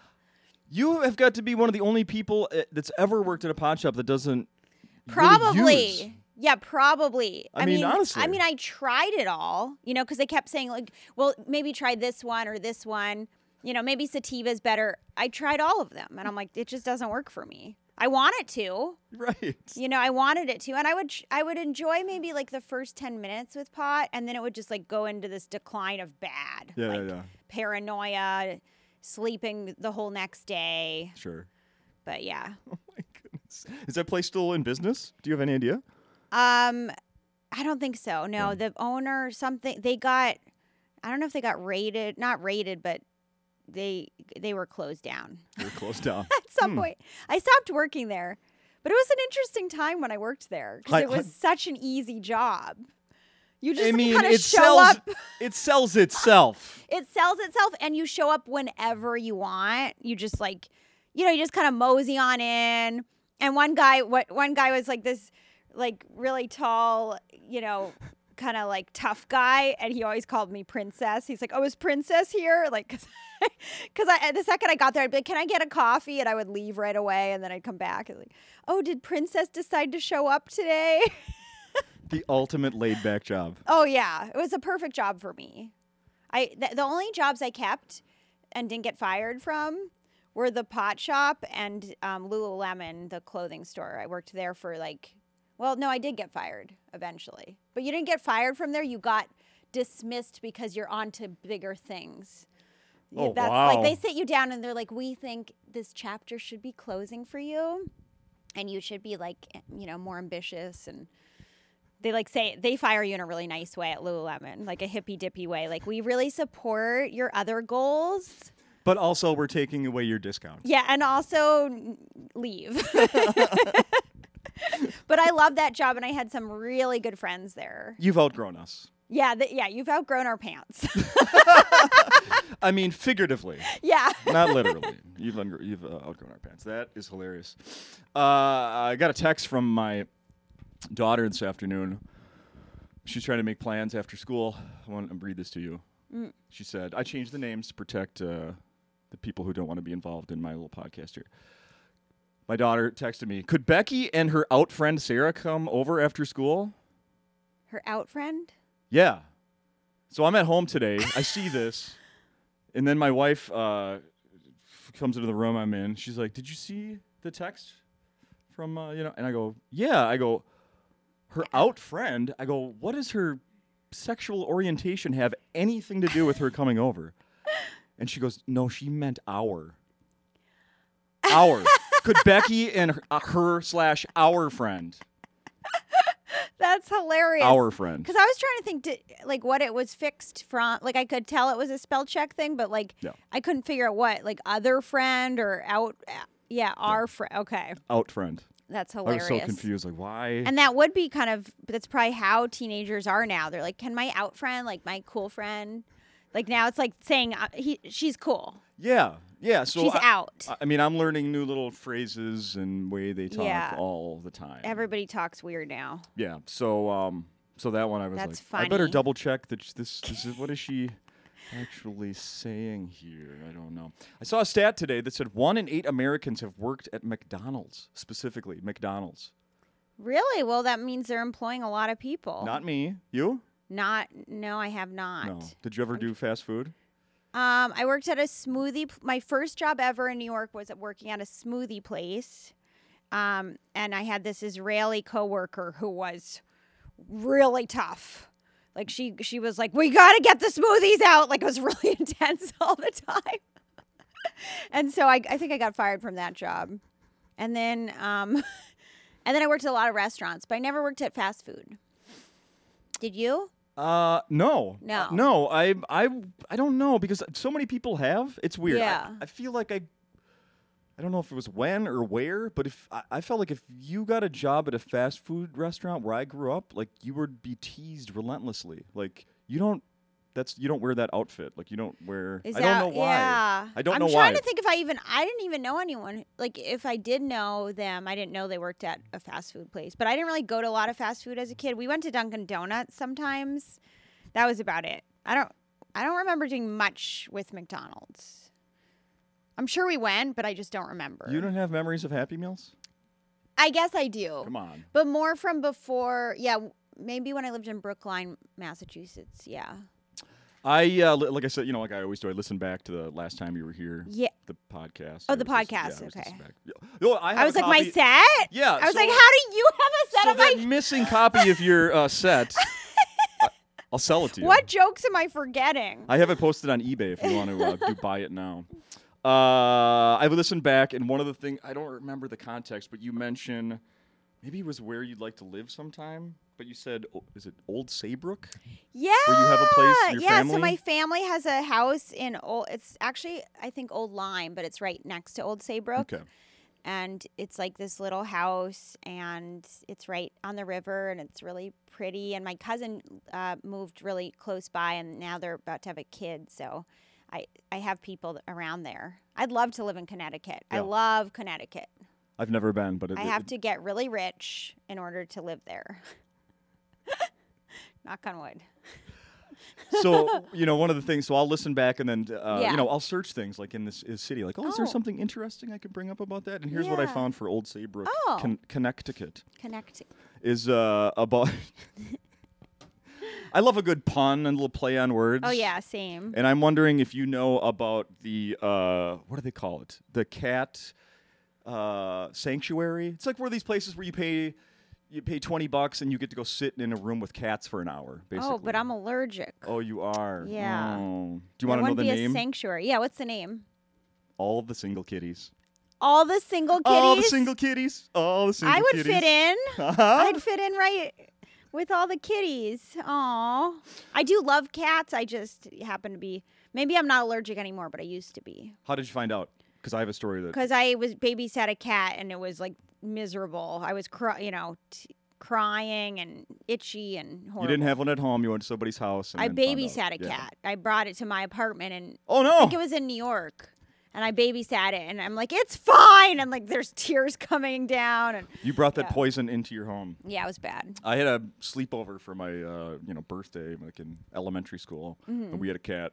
[SPEAKER 1] You have got to be one of the only people uh, that's ever worked at a pot shop that doesn't <laughs> really
[SPEAKER 2] Probably.
[SPEAKER 1] use.
[SPEAKER 2] Yeah, probably.
[SPEAKER 1] I mean, honestly.
[SPEAKER 2] I mean, I tried it all, you know, because they kept saying like, well, maybe try this one or this one, you know, maybe sativa's better. I tried all of them, and I'm like, it just doesn't work for me. I want it to,
[SPEAKER 1] Right.
[SPEAKER 2] you know, I wanted it to, and I would, I would enjoy maybe like the first ten minutes with pot, and then it would just like go into this decline of bad,
[SPEAKER 1] Yeah,
[SPEAKER 2] like
[SPEAKER 1] yeah, yeah.
[SPEAKER 2] paranoia, sleeping the whole next day.
[SPEAKER 1] Sure.
[SPEAKER 2] But yeah,
[SPEAKER 1] Oh my goodness. Is that place still in business? Do you have any idea?
[SPEAKER 2] Um, I don't think so. No, the owner something they got. I don't know if they got raided, not raided, but they they were closed down
[SPEAKER 1] We're closed down.
[SPEAKER 2] at some point. I stopped working there, but it was an interesting time when I worked there
[SPEAKER 1] I-
[SPEAKER 2] because it was
[SPEAKER 1] I-
[SPEAKER 2] such an easy job. You <laughs> just
[SPEAKER 1] I mean,
[SPEAKER 2] kind of
[SPEAKER 1] it
[SPEAKER 2] show
[SPEAKER 1] sells.
[SPEAKER 2] up.
[SPEAKER 1] <laughs> It sells itself.
[SPEAKER 2] It sells itself, and you show up whenever you want. You just like, you know, you just kind of mosey on in. And one guy, what one guy was like this, like really tall, you know, kind of like tough guy, and he always called me princess. He's like, "Oh, is princess here?" Like, <laughs> because I the second I got there, I'd be like, "Can I get a coffee?" And I would leave right away, and then I'd come back and like, "Oh, did princess decide to show up today?"
[SPEAKER 1] The ultimate laid-back job.
[SPEAKER 2] Oh yeah, it was a perfect job for me. I th- the only jobs I kept and didn't get fired from were the pot shop and um, Lululemon, the clothing store. I worked there for like, well, no, I did get fired eventually, but you didn't get fired from there. You got dismissed because you're on to bigger things. Y-
[SPEAKER 1] Oh,
[SPEAKER 2] That's
[SPEAKER 1] wow.
[SPEAKER 2] like they sit you down and they're like, we think this chapter should be closing for you, and you should be like, eh, you know, more ambitious and they like say they fire you in a really nice way at Lululemon, like a hippy dippy way. Like we really support your other goals.
[SPEAKER 1] But also, we're taking away your discount.
[SPEAKER 2] Yeah, and also n- leave. <laughs> but I love that job, and I had some really good friends there.
[SPEAKER 1] You've outgrown us.
[SPEAKER 2] Yeah, th- yeah, you've outgrown our pants. <laughs>
[SPEAKER 1] I mean, figuratively,
[SPEAKER 2] yeah,
[SPEAKER 1] <laughs> not literally. You've, un- you've uh, outgrown our pants. That is hilarious. Uh, I got a text from my daughter this afternoon. She's trying to make plans after school. I want to read this to you. She said, I changed the names to protect uh, the people who don't want to be involved in my little podcast here. My daughter texted me, Could Becky and her out friend Sarah come over after school?
[SPEAKER 2] her out friend.
[SPEAKER 1] Yeah. So I'm at home today. I see this, and then my wife uh, f- comes into the room I'm in. She's like, "Did you see the text from uh, you know?" And I go, "Yeah." I go, "Her out friend." I go, "What does her sexual orientation have anything to do with her coming over?" And she goes, "No, she meant our, our." Could Becky and her, uh, her slash our friend,
[SPEAKER 2] That's hilarious.
[SPEAKER 1] our friend,
[SPEAKER 2] Because I was trying to think, di- like, what it was fixed from. Like, I could tell it was a spell check thing, but like,
[SPEAKER 1] No.
[SPEAKER 2] I couldn't figure out what, like, other friend or out. Yeah, our friend. Okay,
[SPEAKER 1] out friend.
[SPEAKER 2] that's
[SPEAKER 1] I
[SPEAKER 2] hilarious.
[SPEAKER 1] was so confused. Like, why?
[SPEAKER 2] And that would be kind of that's probably how teenagers are now. They're like, "Can my out friend, like my cool friend, like now it's like saying uh, he she's cool,
[SPEAKER 1] Yeah, yeah. So
[SPEAKER 2] she's
[SPEAKER 1] I,
[SPEAKER 2] out."
[SPEAKER 1] I- I mean, I'm learning new little phrases and way they talk
[SPEAKER 2] Yeah.
[SPEAKER 1] all the time.
[SPEAKER 2] Everybody talks weird now.
[SPEAKER 1] yeah. So, um, so that one I was
[SPEAKER 2] That's
[SPEAKER 1] like, I better
[SPEAKER 2] funny.
[SPEAKER 1] double check that sh- this. This is
[SPEAKER 2] <laughs>
[SPEAKER 1] what is she actually saying here? I don't know. I saw a stat today that said one in eight Americans have worked at McDonald's, specifically McDonald's.
[SPEAKER 2] Really? Well, that means they're employing a lot of people.
[SPEAKER 1] Not me. You?
[SPEAKER 2] Not- no, I have not.
[SPEAKER 1] No. Did you ever do fast food?
[SPEAKER 2] Um, I worked at a smoothie. p- My first job ever in New York was at working at a smoothie place. Um, and I had this Israeli coworker who was really tough. Like she, she was like, "We gotta get the smoothies out." Like it was <laughs> really intense all the time. <laughs> and so I, I think I got fired from that job. And then, um, <laughs> and then I worked at a lot of restaurants, but I never worked at fast food. Did you?
[SPEAKER 1] Uh, no,
[SPEAKER 2] No.
[SPEAKER 1] Uh, no. I, I, I don't know because so many people have. It's weird. I-
[SPEAKER 2] Yeah.
[SPEAKER 1] I, feel like I, I don't know if it was when or where, but if I, I felt like if you got a job at a fast food restaurant where I grew up, like you would be teased relentlessly. Like you don't. That's you don't wear that outfit. Like you don't wear.
[SPEAKER 2] Is
[SPEAKER 1] I
[SPEAKER 2] that,
[SPEAKER 1] don't know why.
[SPEAKER 2] Yeah.
[SPEAKER 1] I don't
[SPEAKER 2] I'm
[SPEAKER 1] know
[SPEAKER 2] I'm
[SPEAKER 1] why.
[SPEAKER 2] trying to think if I even I didn't even know anyone. Like if I did know them, I didn't know they worked at a fast food place. But I didn't really go to a lot of fast food as a kid. We went to Dunkin' Donuts sometimes. That was about it. I don't I don't remember doing much with McDonald's. I'm sure we went, but I just don't remember.
[SPEAKER 1] You don't have memories of Happy Meals?
[SPEAKER 2] I guess I do.
[SPEAKER 1] Come on.
[SPEAKER 2] But more from before, yeah, w- maybe when I lived in Brookline, Massachusetts. Yeah.
[SPEAKER 1] I uh, li- like I said, you know, like I always do. I listen back to the last time you were here.
[SPEAKER 2] Yeah.
[SPEAKER 1] The podcast.
[SPEAKER 2] Oh,
[SPEAKER 1] I
[SPEAKER 2] the
[SPEAKER 1] was listening- yeah,
[SPEAKER 2] podcast,
[SPEAKER 1] I was
[SPEAKER 2] okay.
[SPEAKER 1] listening back. Yeah. No, I, have
[SPEAKER 2] I
[SPEAKER 1] a
[SPEAKER 2] was like, my
[SPEAKER 1] copy-
[SPEAKER 2] set?
[SPEAKER 1] Yeah.
[SPEAKER 2] I was
[SPEAKER 1] so-
[SPEAKER 2] like, how do you have a set
[SPEAKER 1] so
[SPEAKER 2] of my <laughs>
[SPEAKER 1] that missing copy of your uh, set. I- I'll sell it to you.
[SPEAKER 2] What jokes am I forgetting?
[SPEAKER 1] I have it posted on eBay if you want to uh, do buy it now. Uh, I listened back, and one of the things I don't remember the context, but you mentioned maybe it was where you'd like to live sometime. But you said, o- is it Old Saybrook?
[SPEAKER 2] yeah.
[SPEAKER 1] you have a place, your
[SPEAKER 2] Ah, yeah.
[SPEAKER 1] family?
[SPEAKER 2] So my family has a house in old. It's actually I think Old Lyme, but it's right next to Old Saybrook.
[SPEAKER 1] Okay.
[SPEAKER 2] And it's like this little house, and it's right on the river, and it's really pretty. And my cousin uh, moved really close by, and now they're about to have a kid, so. I, I have people th- around there. I'd love to live in Connecticut. I
[SPEAKER 1] Yeah.
[SPEAKER 2] love Connecticut.
[SPEAKER 1] I've never been, but it,
[SPEAKER 2] I have to get really rich in order to live there. <laughs> Knock on wood.
[SPEAKER 1] so you know one of the things. So I'll listen back, and then uh,
[SPEAKER 2] Yeah.
[SPEAKER 1] you know I'll search things like in this, is city, like oh, is there
[SPEAKER 2] Oh.
[SPEAKER 1] something interesting I could bring up about that? And here's what I
[SPEAKER 2] Yeah.
[SPEAKER 1] found for Old Saybrook,
[SPEAKER 2] Oh.
[SPEAKER 1] Con- Connecticut.
[SPEAKER 2] Connect.
[SPEAKER 1] is uh, about. <laughs> I love a good pun and a little play on words.
[SPEAKER 2] Oh yeah, same.
[SPEAKER 1] And I'm wondering if you know about the uh, what do they call it? The cat uh, sanctuary. It's like one of these places where you pay you pay twenty bucks and you get to go sit in a room with cats for an hour. Basically.
[SPEAKER 2] Oh, but I'm allergic.
[SPEAKER 1] Oh, you are.
[SPEAKER 2] Yeah.
[SPEAKER 1] Oh. Do you
[SPEAKER 2] There
[SPEAKER 1] want to know
[SPEAKER 2] wouldn't
[SPEAKER 1] the
[SPEAKER 2] be
[SPEAKER 1] name?
[SPEAKER 2] a sanctuary. Yeah, what's the name?
[SPEAKER 1] All of the single kitties.
[SPEAKER 2] All the single kitties.
[SPEAKER 1] All the single kitties. All the single.
[SPEAKER 2] I would
[SPEAKER 1] kitties.
[SPEAKER 2] fit in.
[SPEAKER 1] <laughs> Uh-huh.
[SPEAKER 2] I'd fit in right with all the kitties. Aw. I do love cats. I just happen to be. Maybe I'm not allergic anymore, but I used to be.
[SPEAKER 1] How did you find out? Because I have a story that.
[SPEAKER 2] Because I was babysat a cat and it was like miserable. I was, cry, you know, t- crying and itchy and horrible.
[SPEAKER 1] You didn't have one at home. You went to somebody's house. And
[SPEAKER 2] I
[SPEAKER 1] then found
[SPEAKER 2] babysat
[SPEAKER 1] out.
[SPEAKER 2] a
[SPEAKER 1] Yeah.
[SPEAKER 2] cat. I brought it to my apartment and
[SPEAKER 1] Oh
[SPEAKER 2] I
[SPEAKER 1] no!
[SPEAKER 2] think it was in New York. And I babysat it and I'm like, it's fine. And like, there's tears coming down. And
[SPEAKER 1] you brought that
[SPEAKER 2] Yeah.
[SPEAKER 1] poison into your home.
[SPEAKER 2] yeah, it was bad.
[SPEAKER 1] I had a sleepover for my uh, you know birthday, like in elementary school,
[SPEAKER 2] Mm-hmm.
[SPEAKER 1] and we had a cat,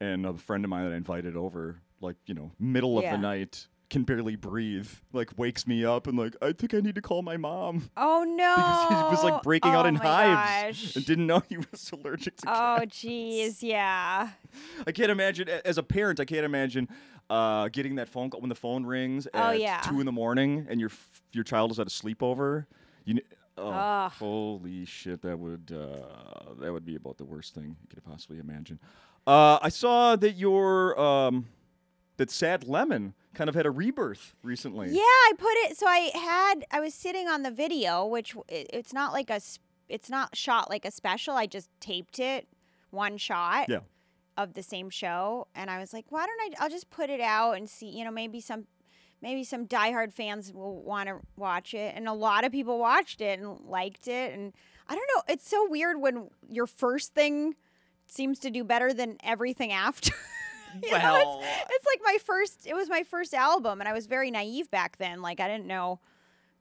[SPEAKER 1] and a friend of mine that I invited over, like you know, middle of
[SPEAKER 2] Yeah.
[SPEAKER 1] the night, can barely breathe, like wakes me up and like I think I need to call my mom
[SPEAKER 2] Oh no!
[SPEAKER 1] <laughs> because he was like breaking out
[SPEAKER 2] Oh,
[SPEAKER 1] in
[SPEAKER 2] my
[SPEAKER 1] hives
[SPEAKER 2] gosh.
[SPEAKER 1] and <laughs> didn't know he was allergic to <laughs>
[SPEAKER 2] Oh jeez, yeah.
[SPEAKER 1] I can't imagine a- as a parent. I can't imagine uh, getting that phone call when the phone rings at
[SPEAKER 2] Oh, yeah.
[SPEAKER 1] two in the morning and your f- your child is at a sleepover. You. kn- Oh,
[SPEAKER 2] Ugh.
[SPEAKER 1] holy shit! That would uh, that would be about the worst thing you could possibly imagine. Uh, I saw that your um, that sad lemon kind of had a rebirth recently.
[SPEAKER 2] Yeah, I put it. So I had. I was sitting on the video, which w- it, it's not like a. s- It's not shot like a special. I just taped it, one shot.
[SPEAKER 1] Yeah.
[SPEAKER 2] Of the same show, and I was like, why don't I? I'll just put it out and see. You know, maybe some. Maybe some diehard fans will want to watch it, and a lot of people watched it and liked it. And I don't know, it's so weird when your first thing seems to do better than everything after. <laughs> You know, it's-
[SPEAKER 1] Well,
[SPEAKER 2] it's like my first it was my first album and i was very naive back then like i didn't know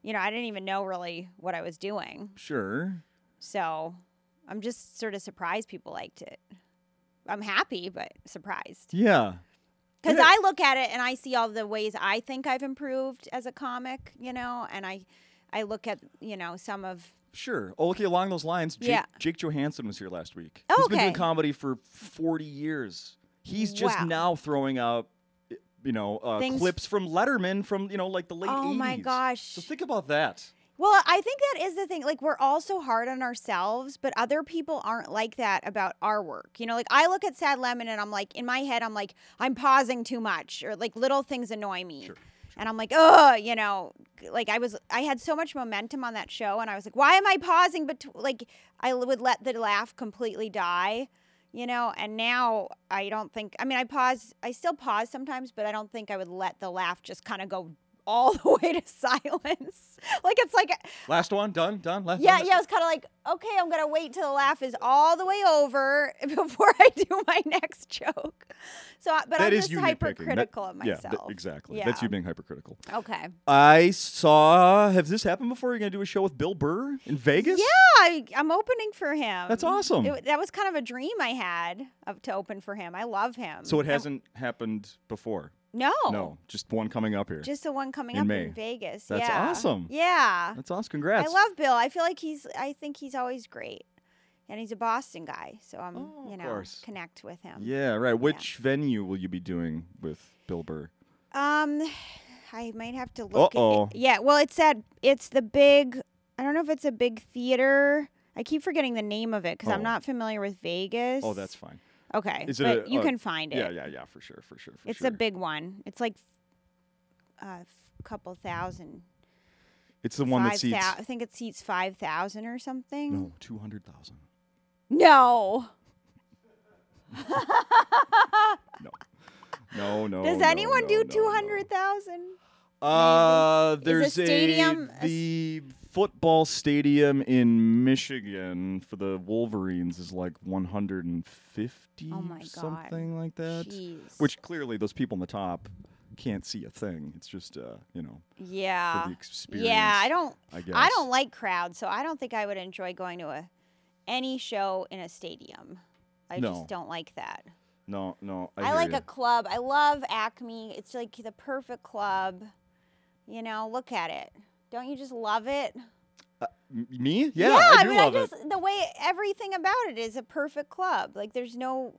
[SPEAKER 2] you know i didn't even know really what i was doing
[SPEAKER 1] sure.
[SPEAKER 2] so i'm just sort of surprised people liked it i'm happy but surprised
[SPEAKER 1] Yeah.
[SPEAKER 2] because
[SPEAKER 1] Yeah.
[SPEAKER 2] i look at it and i see all the ways i think i've improved as a comic you know and i i look at you know some of
[SPEAKER 1] Sure. Oh, okay. Along those lines, Jake,
[SPEAKER 2] Yeah.
[SPEAKER 1] Jake Johansson was here last week. He's been doing
[SPEAKER 2] Okay.
[SPEAKER 1] comedy for 40 years. He's just
[SPEAKER 2] Wow.
[SPEAKER 1] now throwing out, i- you know, uh,
[SPEAKER 2] Things-
[SPEAKER 1] clips from Letterman from you know like the late 80s.
[SPEAKER 2] Oh my gosh.
[SPEAKER 1] So think about that.
[SPEAKER 2] Well, I think that is the thing. Like, we're all so hard on ourselves, but other people aren't like that about our work. You know, like I look at Sad Lemon and I'm like, in my head, I'm like, I'm pausing too much, or like little things annoy me.
[SPEAKER 1] Sure,
[SPEAKER 2] And I'm like, oh, you know, like I was, I had so much momentum on that show, and I was like, why am I pausing? But like, I l- would let the laugh completely die, you know. And now I don't think. I mean, I pause. I still pause sometimes, but I don't think I would let the laugh just kind of go all <laughs> the way to silence. like it's like
[SPEAKER 1] Last one, done, done. Last
[SPEAKER 2] yeah, yeah. I was kind of like, okay, I'm gonna wait till the laugh is all the way over <laughs> before I do my <laughs> next joke. So, I- but
[SPEAKER 1] That
[SPEAKER 2] I'm
[SPEAKER 1] is
[SPEAKER 2] just
[SPEAKER 1] you nitpicking. That-
[SPEAKER 2] hypercritical of
[SPEAKER 1] Yeah,
[SPEAKER 2] myself.
[SPEAKER 1] that- exactly. That's you
[SPEAKER 2] Yeah.
[SPEAKER 1] being hypercritical.
[SPEAKER 2] Okay.
[SPEAKER 1] I saw. Have this happened before? You're gonna do a show with Bill Burr in Vegas?
[SPEAKER 2] Yeah, I, I'm opening for him.
[SPEAKER 1] That's awesome.
[SPEAKER 2] It- that was kind of a dream I had of, to open for him. I love him.
[SPEAKER 1] So it
[SPEAKER 2] And-
[SPEAKER 1] hasn't happened before.
[SPEAKER 2] No.
[SPEAKER 1] No, just one coming up here.
[SPEAKER 2] Just the one coming
[SPEAKER 1] In
[SPEAKER 2] up
[SPEAKER 1] May.
[SPEAKER 2] in Vegas.
[SPEAKER 1] That's
[SPEAKER 2] yeah.
[SPEAKER 1] awesome.
[SPEAKER 2] Yeah.
[SPEAKER 1] That's awesome. Congrats.
[SPEAKER 2] I love Bill. I feel like he's. I think he's always great, and he's a Boston guy, so I'm.
[SPEAKER 1] Oh,
[SPEAKER 2] you
[SPEAKER 1] of
[SPEAKER 2] know,
[SPEAKER 1] course.
[SPEAKER 2] connect with him.
[SPEAKER 1] Yeah, right. Which venue will you be doing with Bill Burr?
[SPEAKER 2] Um, <sighs> I might have to look. at it.
[SPEAKER 1] Uh-oh.
[SPEAKER 2] Yeah. Well, it's that. It's the big. I don't know if it's a big theater. I keep forgetting the name of it because
[SPEAKER 1] Oh.
[SPEAKER 2] I'm not familiar with Vegas.
[SPEAKER 1] Oh, that's fine.
[SPEAKER 2] okay.
[SPEAKER 1] is it
[SPEAKER 2] but
[SPEAKER 1] a-
[SPEAKER 2] you
[SPEAKER 1] a-
[SPEAKER 2] can find it.
[SPEAKER 1] Yeah, yeah, yeah, for sure, for sure, for
[SPEAKER 2] It's
[SPEAKER 1] sure.
[SPEAKER 2] a big one. It's like a uh, f- couple thousand.
[SPEAKER 1] It's the one that
[SPEAKER 2] five
[SPEAKER 1] seats.
[SPEAKER 2] thou- I think it seats five thousand or something.
[SPEAKER 1] No, two hundred
[SPEAKER 2] <gasps>
[SPEAKER 1] thousand.
[SPEAKER 2] No.
[SPEAKER 1] No. No, no.
[SPEAKER 2] Does
[SPEAKER 1] Oh, no,
[SPEAKER 2] anyone
[SPEAKER 1] no,
[SPEAKER 2] do
[SPEAKER 1] no,
[SPEAKER 2] two hundred thousand?
[SPEAKER 1] No. Uh,
[SPEAKER 2] a
[SPEAKER 1] there's
[SPEAKER 2] stadium-
[SPEAKER 1] a the football stadium in Michigan for the Wolverines is like 150
[SPEAKER 2] Oh my God.
[SPEAKER 1] something like that.
[SPEAKER 2] Jeez.
[SPEAKER 1] Which clearly those people on the top can't see a thing. It's just uh, you know,
[SPEAKER 2] Uh, Yeah.
[SPEAKER 1] for the experience.
[SPEAKER 2] Yeah, I don't.
[SPEAKER 1] I guess.
[SPEAKER 2] I don't like crowds, so I don't think I would enjoy going to a any show in a stadium. I
[SPEAKER 1] No.
[SPEAKER 2] just don't like that.
[SPEAKER 1] No, no. I,
[SPEAKER 2] I,
[SPEAKER 1] hear
[SPEAKER 2] like
[SPEAKER 1] ya.
[SPEAKER 2] a club. I love Acme. It's like the perfect club. You know, look at it. Don't you just love it?
[SPEAKER 1] M- me? Yeah, I do
[SPEAKER 2] mean,
[SPEAKER 1] love
[SPEAKER 2] I
[SPEAKER 1] it.
[SPEAKER 2] just the way everything about it is a perfect club. Like there's no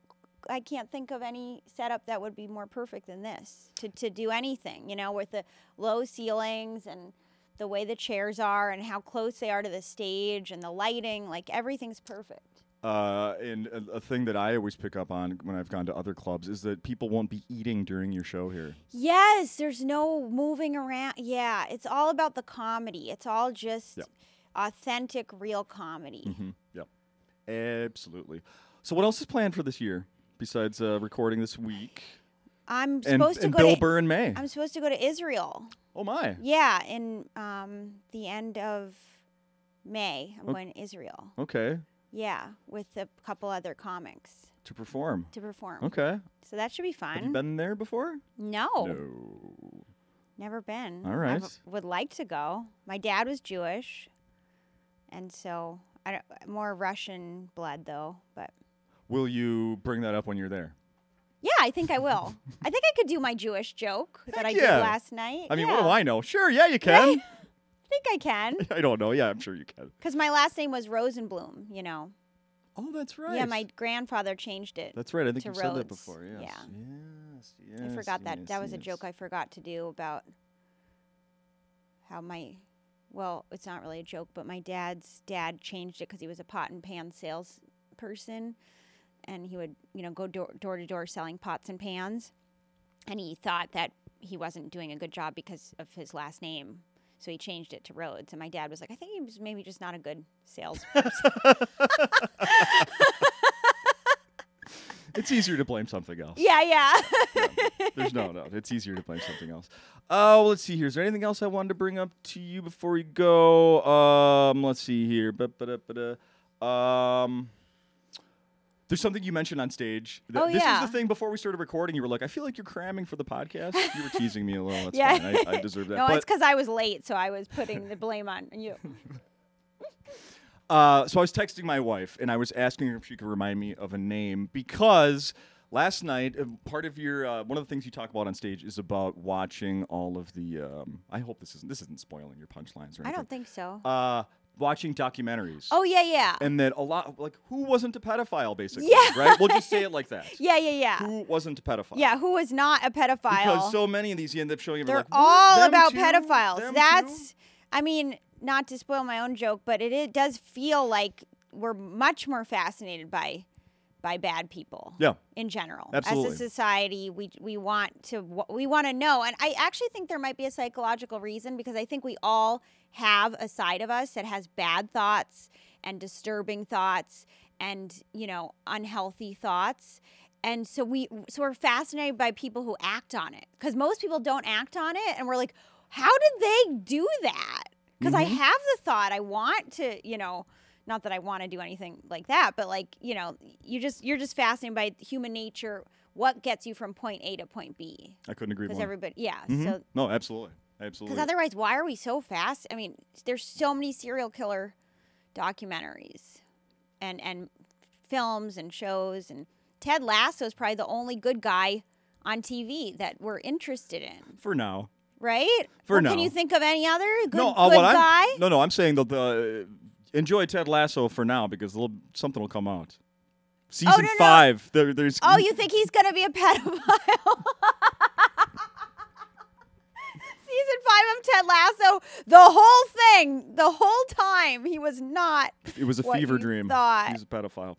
[SPEAKER 2] I can't think of any setup that would be more perfect than this to, to do anything, you know, with the low ceilings and the way the chairs are and how close they are to the stage and the lighting, like everything's perfect.
[SPEAKER 1] Uh, and a, a thing that I always pick up on when I've gone to other clubs is that people won't be eating during your show here.
[SPEAKER 2] Yes, there's no moving around. Yeah, it's all about the comedy. It's all just
[SPEAKER 1] Yep.
[SPEAKER 2] authentic, real comedy.
[SPEAKER 1] Mm-hmm. Yep. Absolutely. So, what else is planned for this year besides uh, recording this week
[SPEAKER 2] I'm
[SPEAKER 1] and,
[SPEAKER 2] supposed
[SPEAKER 1] and
[SPEAKER 2] to go
[SPEAKER 1] Bill
[SPEAKER 2] to
[SPEAKER 1] Burr in May?
[SPEAKER 2] I'm supposed to go to Israel.
[SPEAKER 1] oh my.
[SPEAKER 2] Yeah, in um, the end of May, I'm
[SPEAKER 1] Oh.
[SPEAKER 2] going to Israel.
[SPEAKER 1] Okay.
[SPEAKER 2] Yeah, with a couple other comics
[SPEAKER 1] To perform.
[SPEAKER 2] to perform.
[SPEAKER 1] Okay.
[SPEAKER 2] So that should be
[SPEAKER 1] Have you
[SPEAKER 2] fun.
[SPEAKER 1] been there before?
[SPEAKER 2] No,
[SPEAKER 1] No.
[SPEAKER 2] never been.
[SPEAKER 1] All
[SPEAKER 2] I
[SPEAKER 1] right.
[SPEAKER 2] v- would like to go. My dad was Jewish, and so I don't, more Russian blood though. But
[SPEAKER 1] Will you bring that up when you're there?
[SPEAKER 2] yeah, I think
[SPEAKER 1] <laughs>
[SPEAKER 2] I will. I think I could do my Jewish joke that
[SPEAKER 1] Heck
[SPEAKER 2] I
[SPEAKER 1] yeah.
[SPEAKER 2] did last night.
[SPEAKER 1] I mean,
[SPEAKER 2] yeah.
[SPEAKER 1] what do I know? Sure, yeah, you can.
[SPEAKER 2] I think I can
[SPEAKER 1] <laughs> I don't know. Yeah, I'm sure you can.
[SPEAKER 2] because my last name was Rosenblum. You know.
[SPEAKER 1] Oh, that's right.
[SPEAKER 2] Yeah, my grandfather changed it.
[SPEAKER 1] That's right. I think
[SPEAKER 2] to
[SPEAKER 1] you said that
[SPEAKER 2] Rhodes.
[SPEAKER 1] before. Yes.
[SPEAKER 2] Yeah.
[SPEAKER 1] Yes. Yes.
[SPEAKER 2] I forgot that.
[SPEAKER 1] yes,
[SPEAKER 2] that was a
[SPEAKER 1] yes.
[SPEAKER 2] joke I forgot to do about how my, well, it's not really a joke, but my dad's dad changed it because he was a pot and pan sales person, and he would, you know, go door door to door selling pots and pans, and he thought that he wasn't doing a good job because of his last name. So he changed it to Rhodes, and my dad was like, "I think he was maybe just not a good
[SPEAKER 1] <laughs>
[SPEAKER 2] salesperson."
[SPEAKER 1] It's easier to blame something
[SPEAKER 2] <laughs>
[SPEAKER 1] else.
[SPEAKER 2] yeah, yeah.
[SPEAKER 1] There's no doubt. It's easier to blame something else. Oh, let's see here. Is there anything else I wanted to bring up to you before we go? Um, let's see here. Ba-ba-da-ba-da. Um, there's something you mentioned on stage. Th-
[SPEAKER 2] Oh,
[SPEAKER 1] this
[SPEAKER 2] yeah.
[SPEAKER 1] was the thing before we started recording. You were like, I feel like you're cramming for the podcast. You
[SPEAKER 2] <laughs>
[SPEAKER 1] were teasing me a little. That's
[SPEAKER 2] Yeah.
[SPEAKER 1] fine.
[SPEAKER 2] <laughs>
[SPEAKER 1] I, I deserve that.
[SPEAKER 2] no,
[SPEAKER 1] but
[SPEAKER 2] it's because I was late, so I was putting the blame on you.
[SPEAKER 1] <laughs> Uh, so I was texting my wife and I was asking her if she could remind me of a name because last night, uh, part of your uh, one of the things you talk about on stage is about watching all of the. Um, I hope this isn't this isn't spoiling your punchlines or anything.
[SPEAKER 2] I don't think so.
[SPEAKER 1] Uh, watching documentaries.
[SPEAKER 2] Oh yeah, yeah,
[SPEAKER 1] And that a lot like who wasn't a pedophile basically,
[SPEAKER 2] Yeah.
[SPEAKER 1] right? We'll just say it like that.
[SPEAKER 2] <laughs> yeah, yeah, yeah,
[SPEAKER 1] Who wasn't a pedophile?
[SPEAKER 2] yeah. Who was not a pedophile?
[SPEAKER 1] Because so many of these you end up showing. up,
[SPEAKER 2] They're
[SPEAKER 1] like, "What?
[SPEAKER 2] all
[SPEAKER 1] Them
[SPEAKER 2] about
[SPEAKER 1] too?
[SPEAKER 2] pedophiles.
[SPEAKER 1] Them too?"
[SPEAKER 2] That's, I mean, not to spoil my own joke, but it, it does feel like we're much more fascinated by, by bad people.
[SPEAKER 1] Yeah.
[SPEAKER 2] In general, as
[SPEAKER 1] Absolutely.
[SPEAKER 2] a society, we we want to wa- we want to know, and I actually think there might be a psychological reason because I think we all have a side of us that has bad thoughts and disturbing thoughts and you know unhealthy thoughts and so we so we're fascinated by people who act on it because most people don't act on it and we're like how did they do that because i have the thought i want to you know not that i want to do anything like that but like you know you just you're just fascinated by human nature what gets you from point a to point b
[SPEAKER 1] I couldn't agree
[SPEAKER 2] because
[SPEAKER 1] more.
[SPEAKER 2] everybody yeah
[SPEAKER 1] Mhm.
[SPEAKER 2] so
[SPEAKER 1] no, absolutely, absolutely.
[SPEAKER 2] because otherwise why are we so fast i mean there's so many serial killer documentaries and and films and shows and ted lasso is probably the only good guy on tv that we're interested in
[SPEAKER 1] For now.
[SPEAKER 2] right
[SPEAKER 1] For
[SPEAKER 2] Well, can
[SPEAKER 1] now.
[SPEAKER 2] you think of any other good,
[SPEAKER 1] no, uh,
[SPEAKER 2] good
[SPEAKER 1] what
[SPEAKER 2] guy
[SPEAKER 1] I'm, no, no, I'm saying that the uh, enjoy Ted Lasso for now because a little, something will come out. Season
[SPEAKER 2] Oh, no, no.
[SPEAKER 1] five. There, there's.
[SPEAKER 2] oh you think he's gonna be a <laughs> pedophile <laughs> Season five of Ted Lasso, the whole thing, the whole time he was not.
[SPEAKER 1] It was a
[SPEAKER 2] what
[SPEAKER 1] fever
[SPEAKER 2] you
[SPEAKER 1] dream.
[SPEAKER 2] thought.
[SPEAKER 1] He's a pedophile.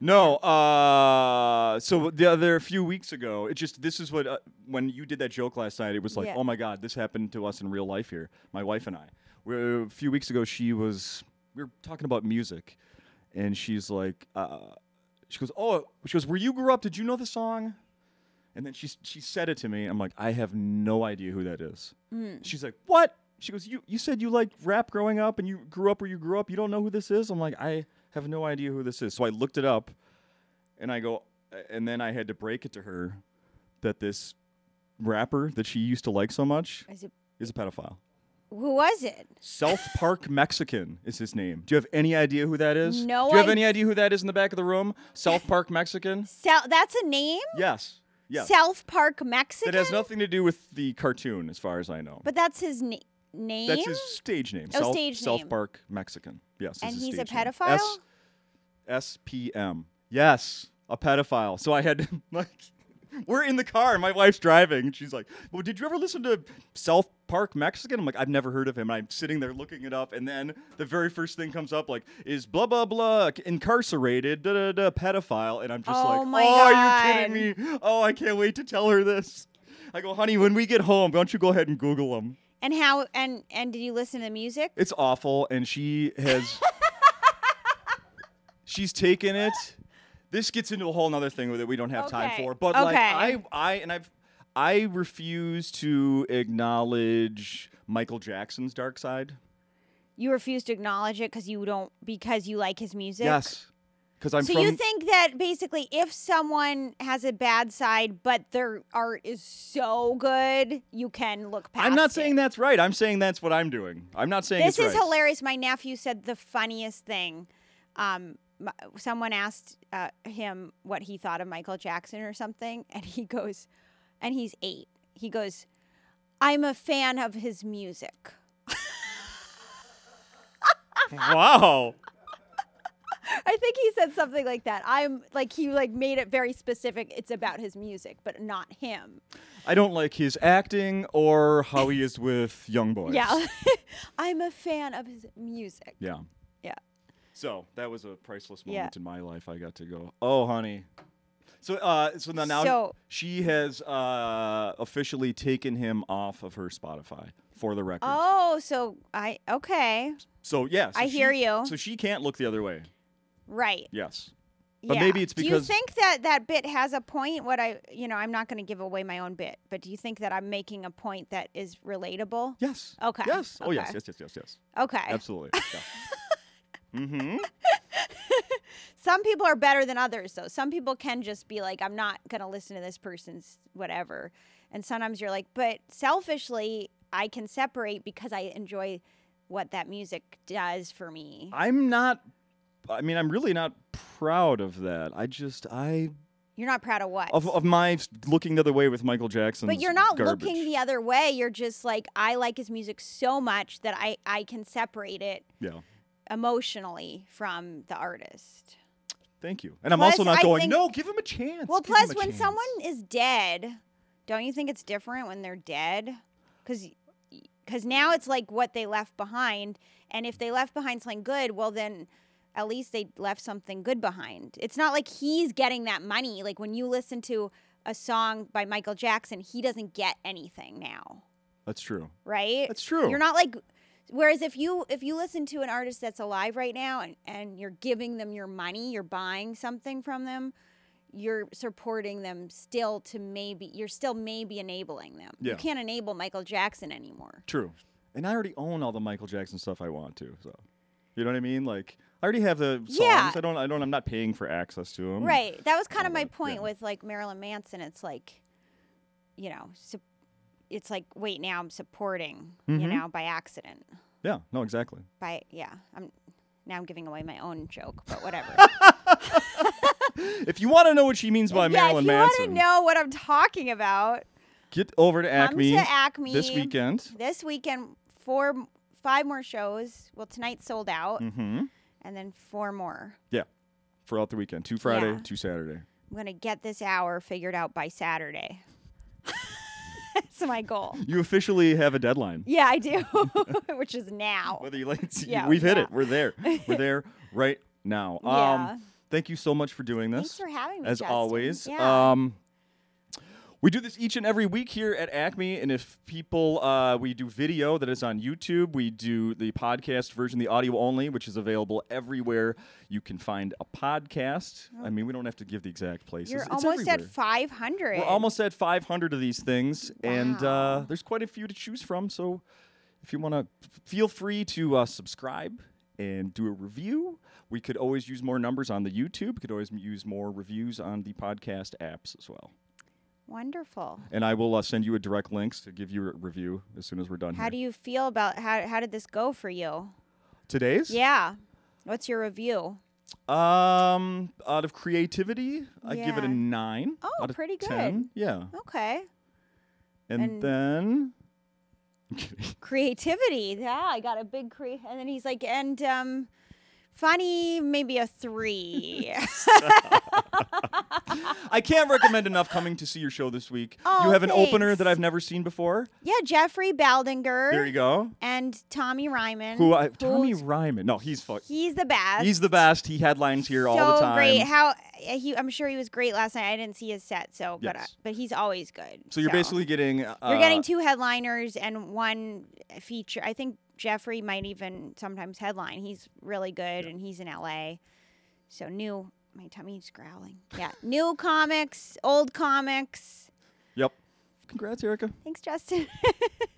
[SPEAKER 1] No. Uh. So the other few weeks ago, it just this is what uh, when you did that joke last night, it was like,
[SPEAKER 2] Yeah.
[SPEAKER 1] oh my god, this happened to us in real life here. My wife and I. We're, a few weeks ago, she was we were talking about music, and she's like, uh, she goes, oh, she goes, where you grew up? Did you know the song? And then she s- she said it to me. I'm like, I have no idea who that is.
[SPEAKER 2] mm,
[SPEAKER 1] She's like, what? She goes, you you said you liked rap growing up, and you grew up where you grew up. You don't know who this is? I'm like, I have no idea who this is. So I looked it up, and I go, and then I had to break it to her that this rapper that she used to like so much
[SPEAKER 2] Is it,
[SPEAKER 1] is a pedophile.
[SPEAKER 2] who was it?
[SPEAKER 1] South Park Mexican is his name. Do you have any idea who that is?
[SPEAKER 2] No
[SPEAKER 1] Do you have
[SPEAKER 2] id-
[SPEAKER 1] any idea who that is in the back of the room? South Park Mexican?
[SPEAKER 2] <laughs> Sel- that's a name?
[SPEAKER 1] Yes. Yes.
[SPEAKER 2] South Park Mexican?
[SPEAKER 1] It has nothing to do with the cartoon, as far as I know.
[SPEAKER 2] but that's his name. name.
[SPEAKER 1] That's his stage name.
[SPEAKER 2] Oh,
[SPEAKER 1] South,
[SPEAKER 2] stage
[SPEAKER 1] South
[SPEAKER 2] name.
[SPEAKER 1] Park Mexican. Yes.
[SPEAKER 2] And
[SPEAKER 1] is his
[SPEAKER 2] he's a
[SPEAKER 1] stage name.
[SPEAKER 2] pedophile?
[SPEAKER 1] S- SPM. Yes, a pedophile. So I had to, <laughs> like, we're in the car and my wife's driving. And she's like, Well, did you ever listen to South Park Mexican? I'm like, I've never heard of him. And I'm sitting there looking it up. And then the very first thing comes up, like, is blah, blah, blah, incarcerated, da, da, da, pedophile. And I'm just
[SPEAKER 2] Oh
[SPEAKER 1] like,
[SPEAKER 2] my
[SPEAKER 1] Oh, are you
[SPEAKER 2] God.
[SPEAKER 1] kidding me? Oh, I can't wait to tell her this. I go, Honey, when we get home, why don't you go ahead and Google him?
[SPEAKER 2] and how and and did you listen to the music?
[SPEAKER 1] It's awful, and she
[SPEAKER 2] <laughs>
[SPEAKER 1] has. she's taken it. This gets into a whole nother thing that we don't have time
[SPEAKER 2] Okay.
[SPEAKER 1] for. But like
[SPEAKER 2] Okay.
[SPEAKER 1] I, I, and I've, I refuse to acknowledge Michael Jackson's dark side.
[SPEAKER 2] You refuse to acknowledge it because you don't because you like his music.
[SPEAKER 1] Yes, because I'm
[SPEAKER 2] so
[SPEAKER 1] from.
[SPEAKER 2] you think that basically if someone has a bad side but their art is so good, you can look past
[SPEAKER 1] I'm not
[SPEAKER 2] it.
[SPEAKER 1] saying that's right. I'm saying that's what I'm doing. I'm not saying
[SPEAKER 2] This
[SPEAKER 1] it's
[SPEAKER 2] is
[SPEAKER 1] right.
[SPEAKER 2] hilarious. My nephew said the funniest thing. Um, m- someone asked uh, him what he thought of Michael Jackson or something, and he goes, and he's eight. He goes, I'm a fan of his music. <laughs>
[SPEAKER 1] Wow.
[SPEAKER 2] I think he said something like that. I'm like he like made it very specific. It's about his music, but not him.
[SPEAKER 1] I don't like his acting or how he is with young boys.
[SPEAKER 2] Yeah, <laughs> I'm a fan of his music.
[SPEAKER 1] Yeah.
[SPEAKER 2] Yeah.
[SPEAKER 1] So that was a priceless
[SPEAKER 2] Yeah.
[SPEAKER 1] moment in my life. I got to go. Oh, honey. So, uh, so now, now
[SPEAKER 2] So-
[SPEAKER 1] she has uh, officially taken him off of her Spotify for the record.
[SPEAKER 2] Oh, so I okay,
[SPEAKER 1] so yes,
[SPEAKER 2] I hear you.
[SPEAKER 1] So she can't look the other way.
[SPEAKER 2] right.
[SPEAKER 1] Yes. But maybe it's
[SPEAKER 2] Do you
[SPEAKER 1] because-
[SPEAKER 2] think that that bit has a point? What I, you know, I'm not going to give away my own bit, but do you think that I'm making a point that is relatable?
[SPEAKER 1] Yes.
[SPEAKER 2] Okay,
[SPEAKER 1] Yes. Oh yes.
[SPEAKER 2] okay.
[SPEAKER 1] Yes. Yes. Yes. Yes.
[SPEAKER 2] Okay. <laughs>
[SPEAKER 1] Absolutely. Yeah. mm-hmm.
[SPEAKER 2] Some people are better than others, though. Some people can just be like, I'm not going to listen to this person's whatever. And sometimes you're like, but selfishly, I can separate because I enjoy what that music does for me.
[SPEAKER 1] I'm not. I mean, I'm really not proud of that. I just I
[SPEAKER 2] You're not proud of what?
[SPEAKER 1] of, of my looking the other way with Michael Jackson.
[SPEAKER 2] But you're not
[SPEAKER 1] garbage.
[SPEAKER 2] looking the other way. You're just like, I like his music so much that I, I can separate it
[SPEAKER 1] Yeah.
[SPEAKER 2] emotionally from the artist.
[SPEAKER 1] Thank you. And I'm
[SPEAKER 2] Plus,
[SPEAKER 1] also not
[SPEAKER 2] I
[SPEAKER 1] going,
[SPEAKER 2] think-
[SPEAKER 1] no, give him a chance.
[SPEAKER 2] Well,
[SPEAKER 1] give him
[SPEAKER 2] plus,
[SPEAKER 1] a
[SPEAKER 2] when
[SPEAKER 1] chance."
[SPEAKER 2] someone is dead, don't you think it's different when they're dead? Because because now it's like what they left behind, and if they left behind something good, well then. At least they left something good behind. It's not like he's getting that money. Like when you listen to a song by Michael Jackson, he doesn't get anything now,
[SPEAKER 1] That's true.
[SPEAKER 2] right?
[SPEAKER 1] That's true.
[SPEAKER 2] You're not like whereas if you if you listen to an artist that's alive right now and, and you're giving them your money, you're buying something from them, you're supporting them still to maybe you're still maybe enabling them.
[SPEAKER 1] Yeah.
[SPEAKER 2] You can't enable Michael Jackson anymore.
[SPEAKER 1] True. And I already own all the Michael Jackson stuff I want to. So, you know what I mean? Like, I already have the songs.
[SPEAKER 2] Yeah.
[SPEAKER 1] I don't. I don't. I'm not paying for access to them.
[SPEAKER 2] Right. That was kind of
[SPEAKER 1] all
[SPEAKER 2] my
[SPEAKER 1] that,
[SPEAKER 2] point
[SPEAKER 1] Um, yeah.
[SPEAKER 2] with like Marilyn Manson. It's like you know, sup- it's like wait, now I'm supporting, you
[SPEAKER 1] Mhm.
[SPEAKER 2] know, by accident.
[SPEAKER 1] Yeah. No. Exactly.
[SPEAKER 2] By yeah, I'm now I'm giving away my own joke, but
[SPEAKER 1] <laughs>
[SPEAKER 2] whatever.
[SPEAKER 1] If you want to know what she means by
[SPEAKER 2] yeah,
[SPEAKER 1] Marilyn
[SPEAKER 2] if you
[SPEAKER 1] Manson,
[SPEAKER 2] want to know what I'm talking about,
[SPEAKER 1] get over to
[SPEAKER 2] come
[SPEAKER 1] Acme,
[SPEAKER 2] to Acme
[SPEAKER 1] this weekend.
[SPEAKER 2] This weekend, four, m- five more shows. Well, tonight sold out,
[SPEAKER 1] Mm-hmm.
[SPEAKER 2] and then four more.
[SPEAKER 1] Yeah. Throughout the weekend, two Friday,
[SPEAKER 2] Yeah.
[SPEAKER 1] two Saturday.
[SPEAKER 2] I'm gonna get this hour figured out by Saturday. <laughs> That's my goal.
[SPEAKER 1] You officially have a deadline.
[SPEAKER 2] Yeah, I do, <laughs> which is now.
[SPEAKER 1] Whether you like, it,
[SPEAKER 2] Yeah,
[SPEAKER 1] we've hit
[SPEAKER 2] yeah.
[SPEAKER 1] it. We're there. We're
[SPEAKER 2] <laughs>
[SPEAKER 1] there right now. Um,
[SPEAKER 2] Yeah.
[SPEAKER 1] Thank you so much for doing this.
[SPEAKER 2] Thanks for having me,
[SPEAKER 1] as
[SPEAKER 2] Justin.
[SPEAKER 1] always.
[SPEAKER 2] Yeah.
[SPEAKER 1] Um, we do this each and every week here at Acme, and if people, uh, we do video that is on YouTube. We do the podcast version, the audio only, which is available everywhere you can find a podcast. I mean, we don't have to give the exact places.
[SPEAKER 2] Oh. You're
[SPEAKER 1] It's
[SPEAKER 2] almost at
[SPEAKER 1] everywhere.
[SPEAKER 2] 500.
[SPEAKER 1] We're almost at 500 of these things, and uh,
[SPEAKER 2] Wow.
[SPEAKER 1] there's quite a few to choose from. So if you want to, feel free to uh, subscribe and do a review. We could always use more numbers on the YouTube. We could always m- use more reviews on the podcast apps as well.
[SPEAKER 2] wonderful.
[SPEAKER 1] And I will uh, send you a direct links to give you a review as soon as we're done
[SPEAKER 2] How
[SPEAKER 1] here.
[SPEAKER 2] do you feel about how how did this go for you?
[SPEAKER 1] Today's?
[SPEAKER 2] Yeah. What's your review?
[SPEAKER 1] Um, out of creativity, I give it
[SPEAKER 2] Yeah.
[SPEAKER 1] a nine.
[SPEAKER 2] Oh,
[SPEAKER 1] out of
[SPEAKER 2] pretty
[SPEAKER 1] 10.
[SPEAKER 2] good.
[SPEAKER 1] Yeah.
[SPEAKER 2] Okay.
[SPEAKER 1] And,
[SPEAKER 2] And-
[SPEAKER 1] then
[SPEAKER 2] creativity. Yeah, I got a big cre. And then he's like, and um, funny, maybe
[SPEAKER 1] <laughs>
[SPEAKER 2] a three.
[SPEAKER 1] I can't recommend enough coming to see your show this week.
[SPEAKER 2] Oh,
[SPEAKER 1] you have an opener
[SPEAKER 2] thanks.
[SPEAKER 1] that I've never seen before.
[SPEAKER 2] yeah, Jeffrey Baldinger.
[SPEAKER 1] There you go.
[SPEAKER 2] And Tommy Ryman.
[SPEAKER 1] Who I, Tommy
[SPEAKER 2] who's-
[SPEAKER 1] Ryman? No, he's fuck.
[SPEAKER 2] He's the best.
[SPEAKER 1] He's the best. He headlines here
[SPEAKER 2] so
[SPEAKER 1] all the time.
[SPEAKER 2] great. How he? I'm sure he was great last night. I didn't see his set, so but uh,
[SPEAKER 1] Yes.
[SPEAKER 2] but he's always good.
[SPEAKER 1] So you're basically getting. Uh,
[SPEAKER 2] you're getting two headliners and one feature. I think Jeffrey might even sometimes headline. He's really good, and he's in LA. So new, my tummy's growling. Yeah, new comics, old comics.
[SPEAKER 1] Yep. Congrats, Erica.
[SPEAKER 2] Thanks, Justin. <laughs>